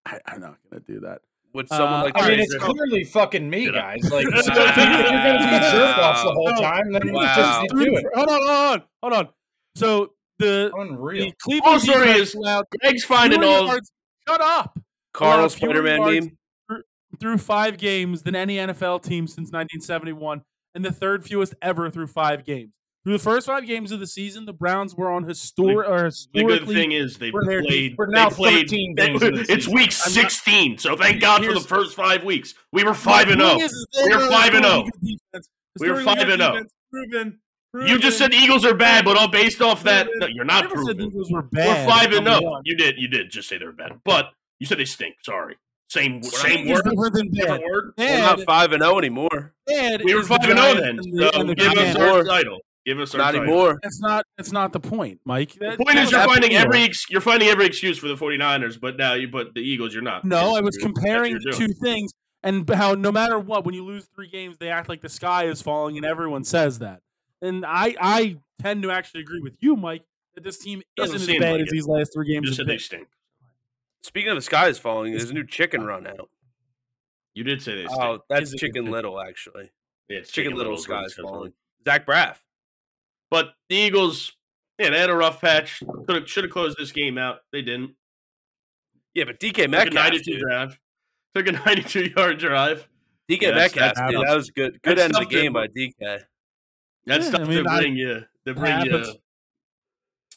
S2: I, I'm not going to do that.
S3: Would someone
S2: Uh,
S3: like
S5: I mean,
S3: Trey
S5: it's
S3: Sermon-
S5: clearly fucking me,
S4: Did
S5: guys.
S4: <laughs>
S5: Like, so if you think that you're going to be jerk offs the whole
S2: Wow.
S5: time, then
S3: Wow.
S5: just do it.
S2: Hold on, hold on, hold on. So the,
S5: Unreal.
S2: the Cleveland
S4: story
S2: defense
S4: is
S2: allowed
S4: Greg's finding
S2: 20
S4: all.
S2: yards- Shut up.
S3: Carl
S2: Allowed fewer
S3: Spider-Man
S2: yards
S3: meme?
S2: Through five games than any NFL team since 1971, and the third fewest ever through five games. Through the first five games of the season, the Browns were on historic or
S4: The good
S2: historically
S4: thing is they
S5: We're,
S4: played.
S5: we're
S4: they
S5: now
S4: played
S5: 13
S4: They-
S5: games into
S4: <laughs>
S5: the
S4: it's
S5: season.
S4: week
S2: not-
S4: 16, so thank God for the
S2: Here's-
S4: first five weeks. We were five and oh. zero. We were 5 and 0. We were 5 and 0.
S2: Proven, proven.
S4: You just said the Eagles are bad, but all based off that,
S2: Proven.
S4: no, you're
S2: I
S4: not
S2: never said the
S4: proven.
S2: Eagles were
S4: We're
S2: bad.
S4: five and oh.
S2: Number
S4: zero.
S2: one.
S4: You did, you did just say they're bad, but you said they stink. Sorry, same
S3: We're
S4: same
S2: It's
S4: word,
S2: different than bad.
S4: different word.
S3: We're
S2: Bad,
S3: not five and zero anymore.
S2: bad
S4: We were
S2: is the
S4: five and zero then.
S2: Giants and the-
S4: So
S2: and the
S4: give us
S2: Giants.
S4: our
S3: Giants.
S4: title. Give us our
S3: Not
S4: title.
S3: anymore.
S2: That's not. That's not the point, Mike.
S4: The
S2: That-
S4: point
S2: that
S4: is, you're
S2: was-
S4: finding
S3: happening.
S4: every ex- you're finding every excuse for the 49ers, but now you put the Eagles. You're not.
S2: No, I
S4: That's
S2: was
S4: what you're
S2: comparing the
S4: doing.
S2: two things and how no matter what, when you lose three games, they act like the sky is falling, and everyone says that. And I, I tend to actually agree with you, Mike, that this team
S4: Doesn't
S2: isn't as
S4: seem
S2: bad
S4: like
S2: as
S4: it.
S2: these last three
S4: You
S2: games.
S4: just
S2: have
S4: said they
S2: been.
S4: stink.
S3: Speaking of the skies falling, there's a new chicken run out.
S4: You did say they stink.
S3: Oh, that's
S2: Is it-
S3: Chicken Little actually.
S4: Yeah, it's
S3: Chicken Little
S4: Little's what it
S3: skies
S4: says on it.
S3: falling. Zach Braff.
S4: But the Eagles, yeah, they had a rough patch. Could should have closed this game out. They didn't.
S3: Yeah, but DK
S4: Took a
S3: Metcalf.
S4: 92
S3: dude.
S4: drive. Took a <laughs> 92 yard drive.
S3: DK
S4: Yeah, that's-
S3: Metcalf,
S2: that's-
S3: dude, that was good. Good
S4: that's
S3: end of the
S4: something.
S3: game by DK.
S4: That
S2: Yeah,
S4: stuff
S2: I mean,
S4: to
S2: I-
S4: bring you. To
S2: that
S4: bring you.
S2: happens.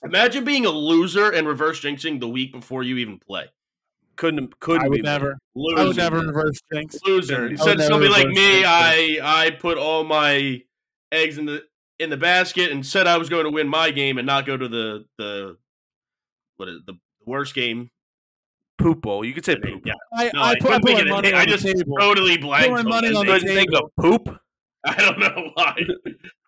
S4: Imagine being a loser and reverse jinxing the week before you even play.
S3: Couldn't
S2: I
S3: couldn't be
S2: would
S3: more.
S2: never.
S4: Loser.
S2: I would never reverse jinx.
S4: Loser. You
S2: I would
S4: said
S2: never
S4: somebody like
S2: reverse
S4: me.
S2: jinx
S4: I I put all my eggs in the in the basket and said I was going to win my game and not go to the the what is it, the worst game.
S3: poop bowl. You could say poop.
S4: Yeah,
S2: I,
S4: No,
S2: I
S4: I
S2: put, I
S4: couldn't
S2: put
S4: think
S2: my
S4: of
S2: money
S4: anything.
S2: on
S4: I
S2: the
S4: just
S2: table.
S4: totally blanked.
S2: Throwing
S4: on
S2: money
S4: this
S2: on the
S4: thing.
S3: Couldn't think of poop.
S4: <laughs> I don't know
S2: <laughs>
S4: why.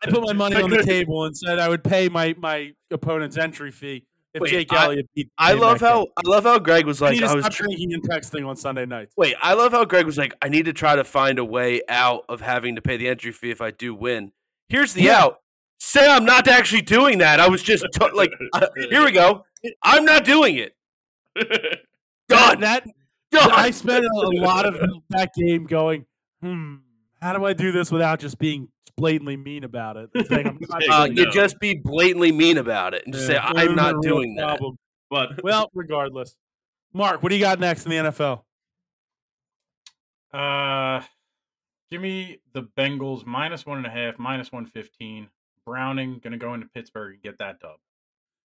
S2: I put my money on the
S3: <laughs>
S4: couldn't-
S2: table and said I would pay my, my opponent's entry fee if
S3: Wait,
S2: Jake
S3: I-
S2: Elliott beat.
S3: I
S2: Dave
S3: love
S2: Metcalf.
S3: how I love how Greg was
S2: I
S3: like
S2: need to
S3: I was
S2: stop drinking and texting on Sunday nights.
S3: wait, I love how Greg was like, I need to try to find a way out of having to pay the entry fee if I do win. Here's the
S2: Yeah.
S3: out. Say I'm not actually doing that. I was just to-
S4: <laughs>
S3: like, uh, here we go. I'm not doing it. Done. <laughs>
S2: That
S3: Done.
S2: I spent a a lot of that game going, hmm, how do I do this without just being blatantly mean about it? It's like,
S3: <laughs>
S2: I'm not
S3: uh,
S2: doing
S3: you
S4: No.
S3: just be blatantly mean about it and just
S2: that.
S3: say
S2: Yeah,
S3: I'm
S2: there's a
S3: not
S2: real
S3: doing that.
S2: problem.
S4: <laughs> but
S2: Well, regardless. Mark, what do you got next in the NFL?
S5: Uh, give me the Bengals minus one and a half, minus one fifteen. Browning gonna go into Pittsburgh and get that dub.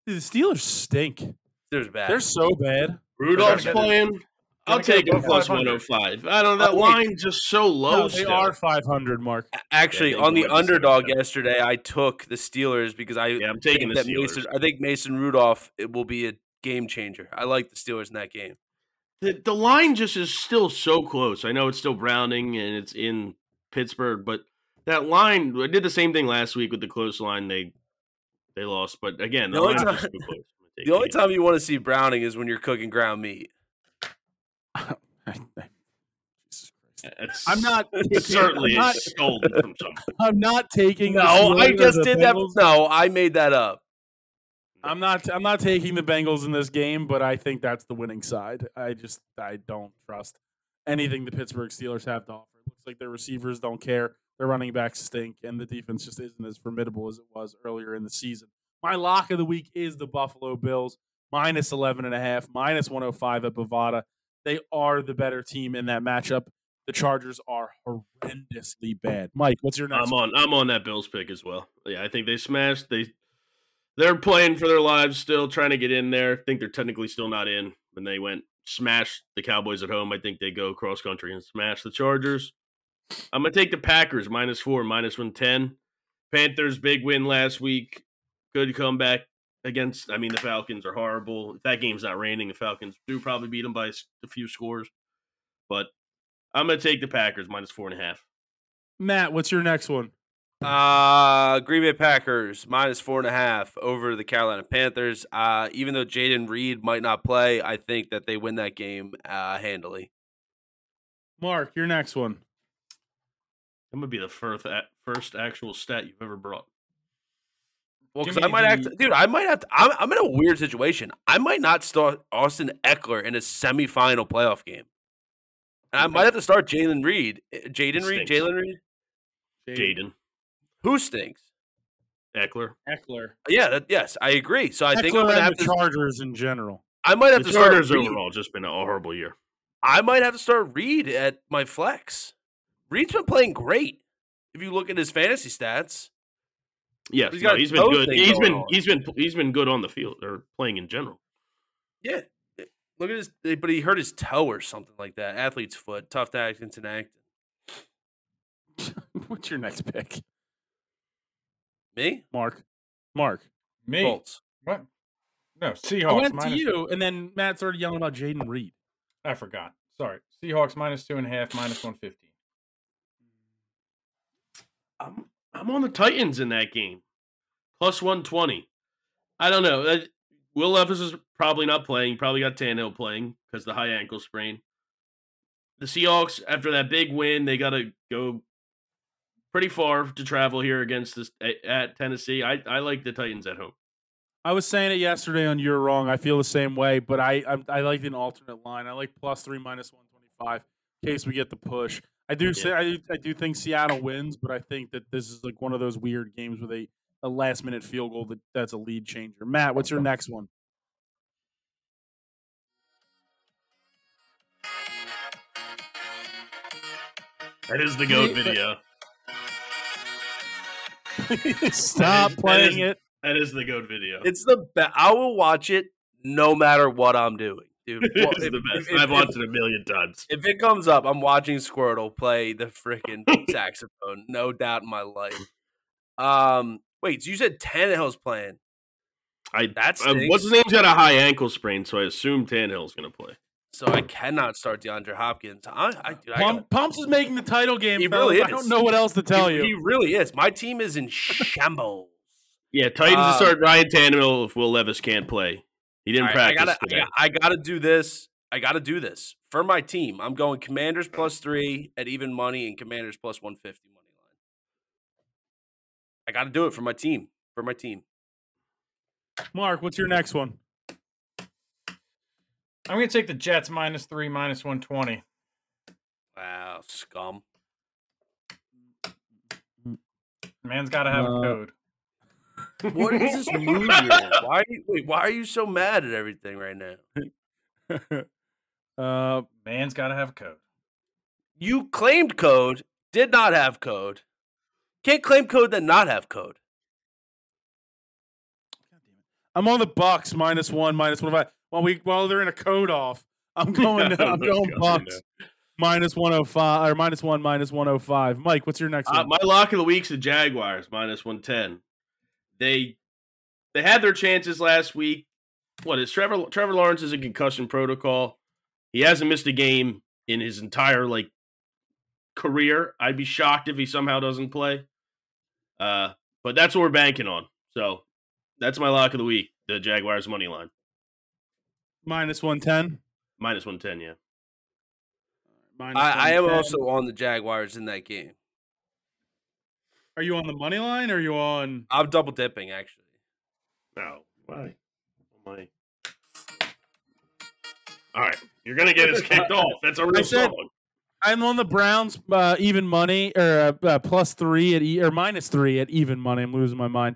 S2: Dude, the Steelers stink.
S3: There's bad.
S2: They're so bad.
S4: Rudolph's
S5: Gotta get it.
S4: playing. I'll
S5: Gotta get
S4: take
S5: it
S4: a
S5: for
S4: plus
S5: 500.
S4: 105. I don't know. That
S3: Oh, wait.
S4: line's just so low.
S2: No, they
S4: still.
S2: are 500,
S3: <laughs>
S2: Mark.
S3: actually
S4: they
S3: on the
S4: were the Steelers,
S3: underdog
S4: yeah.
S3: yesterday. I took the Steelers because I
S4: Yeah, I'm taking
S3: think
S4: the
S3: that Mason,
S4: Steelers.
S3: I think Mason Rudolph it will be a game changer. I like the Steelers in that game.
S4: The, the line just is still so close. I know it's still Browning and it's in Pittsburgh, but that line. I did the same thing last week with the close line. They they lost, but again, the,
S3: The only
S4: line's
S3: time-
S4: just too close. I'm gonna take
S3: The only
S4: game.
S3: time you want to see Browning is when you're cooking ground meat.
S2: I, I
S4: That's
S2: I'm <laughs> not.
S4: certainly
S2: I'm not,
S4: stolen from something.
S2: I'm not taking. the
S3: No, I
S2: Steelers or
S3: just
S2: the
S3: did that.
S2: Bengals.
S3: No, I made that up.
S2: I'm not. I'm not taking the Bengals in this game, but I think that's the winning side. I just. I don't trust anything the Pittsburgh Steelers have to offer. It looks like their receivers don't care. Their running backs stink, and the defense just isn't as formidable as it was earlier in the season. My lock of the week is the Buffalo Bills minus 11 and a half, minus 105 at Bovada. They are the better team in that matchup. The Chargers are horrendously bad. Mike, what's your next?
S4: I'm on. I'm on that Bills pick as well. Yeah, I think they smashed. They they're playing for their lives still, trying to get in there. I think they're technically still not in. When they went smash the Cowboys at home, I think they go cross country and smash the Chargers. I'm gonna take the Packers minus four, minus one ten. Panthers big win last week. Good comeback against. I mean, the Falcons are horrible. If that game's not raining, the Falcons do probably beat them by s- a few scores. But I'm gonna take the Packers minus four and a half.
S2: Matt, what's your next one?
S3: Uh Green Bay Packers minus four and a half over the Carolina Panthers. Uh, even though Jaden Reed might not play, I think that they win that game uh, handily.
S2: Mark, your next one.
S4: That might be the first a- first actual stat you've ever brought.
S3: Well, 'cause
S5: Give
S3: I
S5: me
S3: might act,
S5: the-
S3: dude. I might have. To, I'm, I'm in a weird situation. I might not start Austin Eckler in a semifinal playoff game, and I might have to start Jalen Reed. Uh, Jaden Reed,
S4: Stinks.
S3: Jalen Reed.
S4: Jaden
S3: Who stinks?
S4: Eckler.
S2: Eckler.
S3: Yeah, that, yes, I agree. So I think I'm
S2: Eckler
S3: gonna
S2: and
S3: have
S2: the
S3: to.
S2: Chargers in general. <laughs>
S3: I might have
S4: The
S3: to start
S4: Chargers
S3: Reed.
S4: overall just been a horrible year.
S3: I might have to start Reed at my flex. Reed's been playing great. If you look at his fantasy stats,
S4: Yes,
S3: He's
S4: he's,
S3: got a
S4: he's been
S3: toe
S4: good.
S3: thing
S4: He's
S3: going
S4: been
S3: on.
S4: he's been he's been good on the field or playing in general.
S3: yeah. Look at his, eh, but he hurt his toe or something like that. Athlete's foot, tough to act and act.
S2: What's your next pick,
S3: Me,
S2: Mark? Mark,
S5: Me?
S3: Colts.
S5: What? No,
S2: I
S5: Seahawks.
S2: went to
S5: minus-
S2: you, and then Matt started yelling about Jaden Reed.
S5: I forgot. Sorry. Seahawks minus two and a half, minus 115.
S4: I'm I'm on the Titans in that game, plus one twenty. I don't know. That- Will Levis is probably not playing. Probably got Tannehill playing because the high ankle sprain. The Seahawks, after that big win, they got to go pretty far to travel here against this a- at Tennessee. I, I like the Titans at home.
S2: I was saying it yesterday on You're Wrong. I feel the same way, but I I'm, I like an alternate line. I like plus three, minus one twenty five, in case we get the push. I do say I do, I do think Seattle wins, but I think that this is like one of those weird games with a, a last minute field goal that, that's a lead changer. Matt, what's your next one? <laughs>
S4: That
S3: <laughs>
S4: is the
S2: goat
S4: goat
S2: Yeah, but-
S4: video.
S2: Stop
S4: that
S2: playing
S4: is-
S2: it.
S4: That is the goat video. <laughs>
S3: It's the best. I will watch it no matter what I'm doing,
S4: <laughs>
S3: dude. Well,
S4: It's
S3: if-
S4: the
S3: if-
S4: best.
S3: if-
S4: I've
S3: if-
S4: watched it a million times.
S3: If it comes up, I'm watching Squirtle play the
S4: <laughs>
S3: freaking saxophone. No doubt in my life. Um, wait, so you said Tannehill's playing?
S4: I
S3: That
S4: uh,
S3: stinks.
S4: what's his name's got a high ankle sprain, so I assume Tannehill's gonna play.
S3: So I cannot start DeAndre Hopkins. I, I, dude, I
S2: Pump, Pumps is making the title game.
S3: He
S2: fellas.
S3: really
S2: I don't
S3: is.
S2: know what else to tell
S3: he,
S2: you.
S3: he really is. My team is in shambles.
S4: Yeah, Titans
S3: Uh,
S4: to start Ryan Tannehill if Will Levis can't play. He didn't
S3: All right, I
S4: practice
S3: gotta, I
S4: today.
S3: gotta, I gotta do this. I gotta do this for my team. I'm going Commanders plus three at even money and Commanders plus one fifty money line. I gotta do it for my team. For my team.
S2: Mark, what's your next one?
S5: I'm going to take the Jets minus three, minus 120.
S3: Wow, scum.
S5: Man's got to have
S2: Uh,
S5: a code.
S3: What is this mood you're in?
S2: <laughs>
S3: Why are you, wait, why are you so mad at everything right now?
S2: <laughs> uh,
S5: Man's got to have a code.
S3: You claimed code, did not have code. Can't claim code then not have code.
S2: I'm on the Bucks minus one, minus one oh five. While we while they're in a code off,
S3: <laughs>
S2: I'm going.
S4: Oh
S2: I'm
S4: my
S2: going
S4: God,
S2: Bucks minus one hundred five or minus one, minus one hundred five. Mike, what's your next
S4: Uh,
S2: one?
S4: my lock of the week's the Jaguars minus one ten. They they had their chances last week. What is Trevor Trevor Lawrence is in concussion protocol. He hasn't missed a game in his entire like career. I'd be shocked if he somehow doesn't play. Uh, but that's what we're banking on. So that's my lock of the week. The Jaguars money line
S2: Minus one ten.
S4: minus one ten. Yeah,
S2: Minus
S3: I, I am
S2: 110.
S3: also on the Jaguars in that game.
S2: Are you on the money line? Or are you on?
S3: I'm double dipping actually.
S4: No. Why? Why? All right. You're going to get us <laughs> kicked off. That's a real
S2: said-
S4: song.
S2: I'm on the Browns uh, even money or uh, uh, plus three at e- or minus three at even money. I'm losing my mind.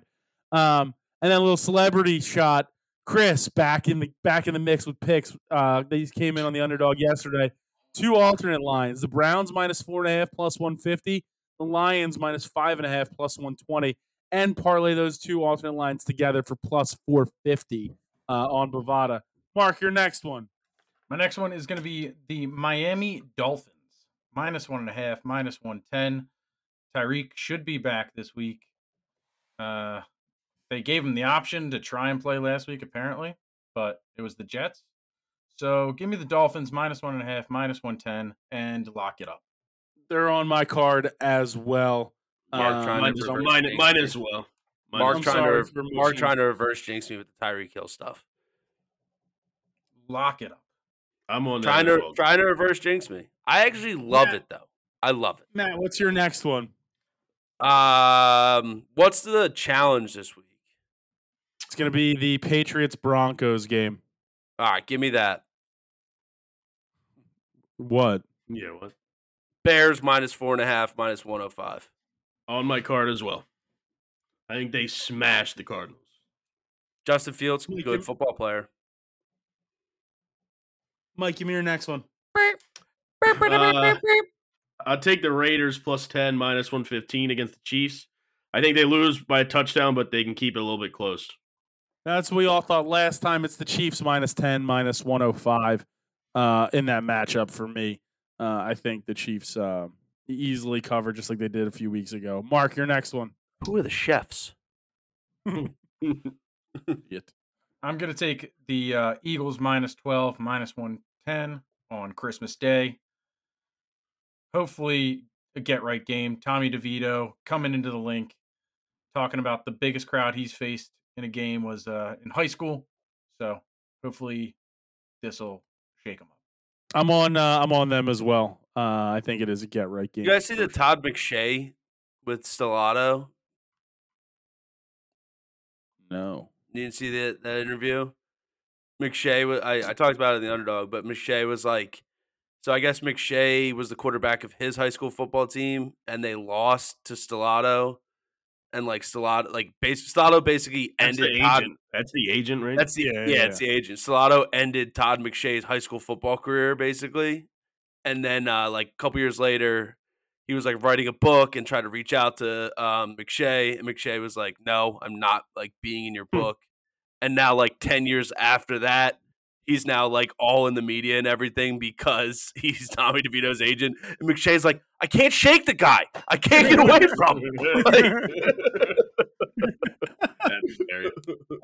S2: Um, and then a little celebrity shot. Chris back in the back in the mix with picks. Uh, these came in on the underdog yesterday. Two alternate lines: the Browns minus four and a half plus one fifty, the Lions minus five and a half plus one twenty, and parlay those two alternate lines together for plus four fifty uh, on Bovada. Mark your next one.
S5: My next one is going to be the Miami Dolphins. Minus one and a half, minus 110. Tyreek should be back this week. Uh, they gave him the option to try and play last week, apparently, but it was the Jets. So give me the Dolphins, minus one and a half, minus 110, and lock it up.
S2: They're on my card as well.
S3: Mark
S2: Uh,
S3: trying to
S2: mine is on
S3: reverse
S2: my-
S4: Mine, mine as well. Mine
S3: Mark
S4: as
S3: trying
S2: sorry
S3: to
S2: for
S3: Mark
S2: missing-
S3: trying to reverse jinx me with the Tyreek Hill stuff.
S5: Lock it up.
S4: well. I'm on uh, that
S3: Trying
S4: as
S3: to
S4: well.
S3: trying to reverse jinx me. I actually love it though. I love it.
S2: Matt, what's your next one?
S3: Um, what's the challenge this week?
S2: It's going to be the Patriots Broncos game.
S3: All right, give me that.
S2: What?
S4: Yeah, what?
S3: Bears minus four and a half, minus one hundred five.
S4: On my card as well. I think they smashed the Cardinals.
S3: Justin Fields,
S2: Mike,
S3: good
S2: give-
S3: football player.
S2: Mike, give me your next one.
S4: Uh, I'll take the Raiders plus 10, minus 115 against the Chiefs. I think they lose by a touchdown, but they can keep it a little bit close.
S2: That's what we all thought last time. It's the Chiefs minus 10, minus 105 uh, in that matchup for me. Uh, I think the Chiefs uh, easily cover just like they did a few weeks ago. Mark, your next one.
S3: Who are the chefs?
S5: I'm going to take the uh, Eagles minus 12, minus 110 on Christmas Day. Hopefully, a get right game. Tommy DeVito coming into the link, talking about the biggest crowd he's faced in a game was uh, in high school. So hopefully, this will shake him up.
S2: I'm on uh, I'm on them as well. Uh, I think it is a get right game.
S3: You guys see the
S2: for sure.
S3: Todd McShay with Stellato?
S2: No. <laughs>
S3: You didn't see that that interview? McShay was I, I talked about it in the underdog, but McShay was like so I guess McShay was the quarterback of his high school football team and they lost to Stellato and like Stellato like base Stellato basically
S4: That's
S3: ended
S4: the
S3: Todd
S4: agent. That's the
S2: <laughs>
S4: agent, right?
S3: that's the
S2: Yeah,
S3: yeah,
S2: yeah,
S3: it's the agent. Stellato ended Todd McShay's high school football career basically. And then uh like a couple years later he was like writing a book and tried to reach out to um McShay and McShay was like, No, I'm not like being in your
S2: Hmm.
S3: book. And now like ten years after that, he's now like all in the media and everything because <laughs> he's Tommy DeVito's agent. And McShay's like, I can't shake the guy. I can't get away
S4: <laughs>
S2: <laughs>
S3: from him.
S4: That's
S3: <laughs>
S4: very-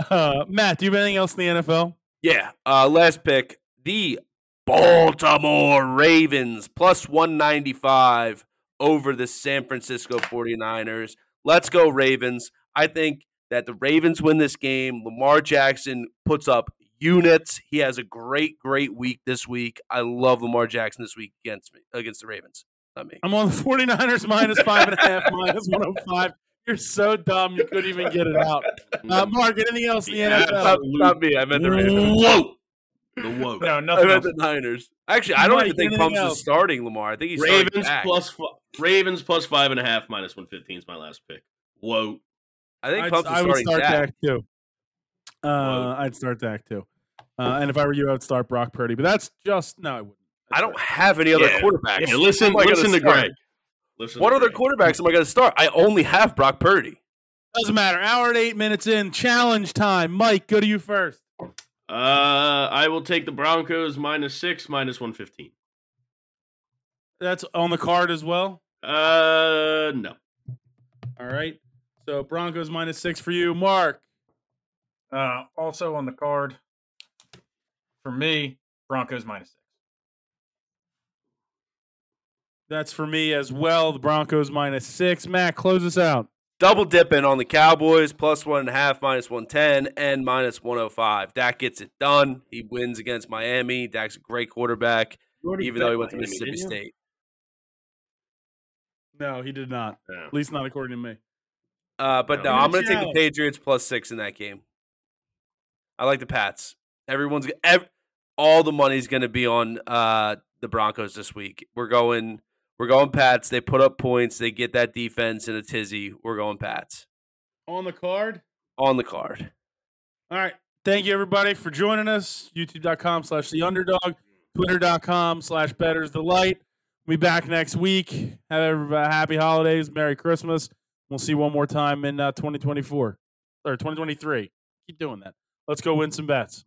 S2: Uh, Matt, do you have anything else in the NFL?
S3: Yeah. Uh, last pick, the Baltimore Ravens plus 195 over the San Francisco 49ers. Let's go, Ravens. I think that the Ravens win this game. Lamar Jackson puts up units. He has a great, great week this week. I love Lamar Jackson this week against me against the Ravens. Not me.
S2: I'm on the 49ers minus five and a half, <laughs> minus 105. You're so dumb, you couldn't even get it out. Uh, Mark, anything else in the
S4: Yeah.
S2: NFL?
S3: not me. I meant the Ravens.
S4: Whoa! The whoa.
S5: No,
S3: I <laughs>
S5: nothing
S3: meant
S5: else.
S3: the Niners. Actually, I don't
S2: Mike,
S3: even think
S2: anything
S3: Pumps
S2: else?
S3: is starting Lamar. I think he's starting
S4: Ravens
S3: back.
S4: plus fi- Ravens plus five and a half minus one fifteen is my last pick. Whoa!
S3: I think
S2: I'd,
S3: Pumps is
S2: I would
S3: starting
S2: start
S3: back.
S2: Dak too. Uh,
S4: Whoa.
S2: I'd start Dak too. Uh, and if I were you, I would start Brock Purdy. But that's just no, I wouldn't.
S3: I don't have any other
S4: Yeah.
S3: quarterbacks.
S4: Yeah, listen,
S3: Who am I gonna
S4: listen to
S3: start?
S4: Greg. Listen
S3: What
S4: to
S3: other
S4: Greg.
S3: quarterbacks am I going to start? I only have Brock Purdy.
S2: Doesn't matter. Hour and eight minutes in, challenge time. Mike, go to you first.
S4: Uh, I will take the Broncos minus six minus one fifteen.
S2: That's on the card as well.
S4: Uh, no.
S2: All right. So Broncos minus six for you, Mark.
S5: Uh, also on the card for me, Broncos minus six.
S2: That's for me as well. The Broncos minus six. Matt, close us out.
S3: Double dipping on the Cowboys, plus one and a half, minus 110, and oh minus 105. Dak gets it done. He wins against Miami. Dak's a great quarterback.
S5: already
S3: even
S5: bet
S3: though he went to
S5: Miami,
S3: Mississippi
S5: didn't you?
S3: State.
S2: No, he did not.
S4: Yeah.
S2: At least not according to me.
S3: Uh, but
S4: No.
S3: no, I'm going to take the
S2: Michelle.
S3: Patriots plus six in that game. I like the Pats. Everyone's g- ev- all the money's going to be on uh, the Broncos this week. We're going, we're going Pats. They put up points. They get that defense in a tizzy. We're going Pats
S2: On the card.
S3: on the card.
S2: All right. Thank you everybody for joining us. YouTube.com slash the underdog, twitter.com slash betters the light. We'll be back next week. Have everybody happy holidays. Merry Christmas. We'll see you one more time in uh, 2024 or 2023. Keep doing that. Let's go win some bets.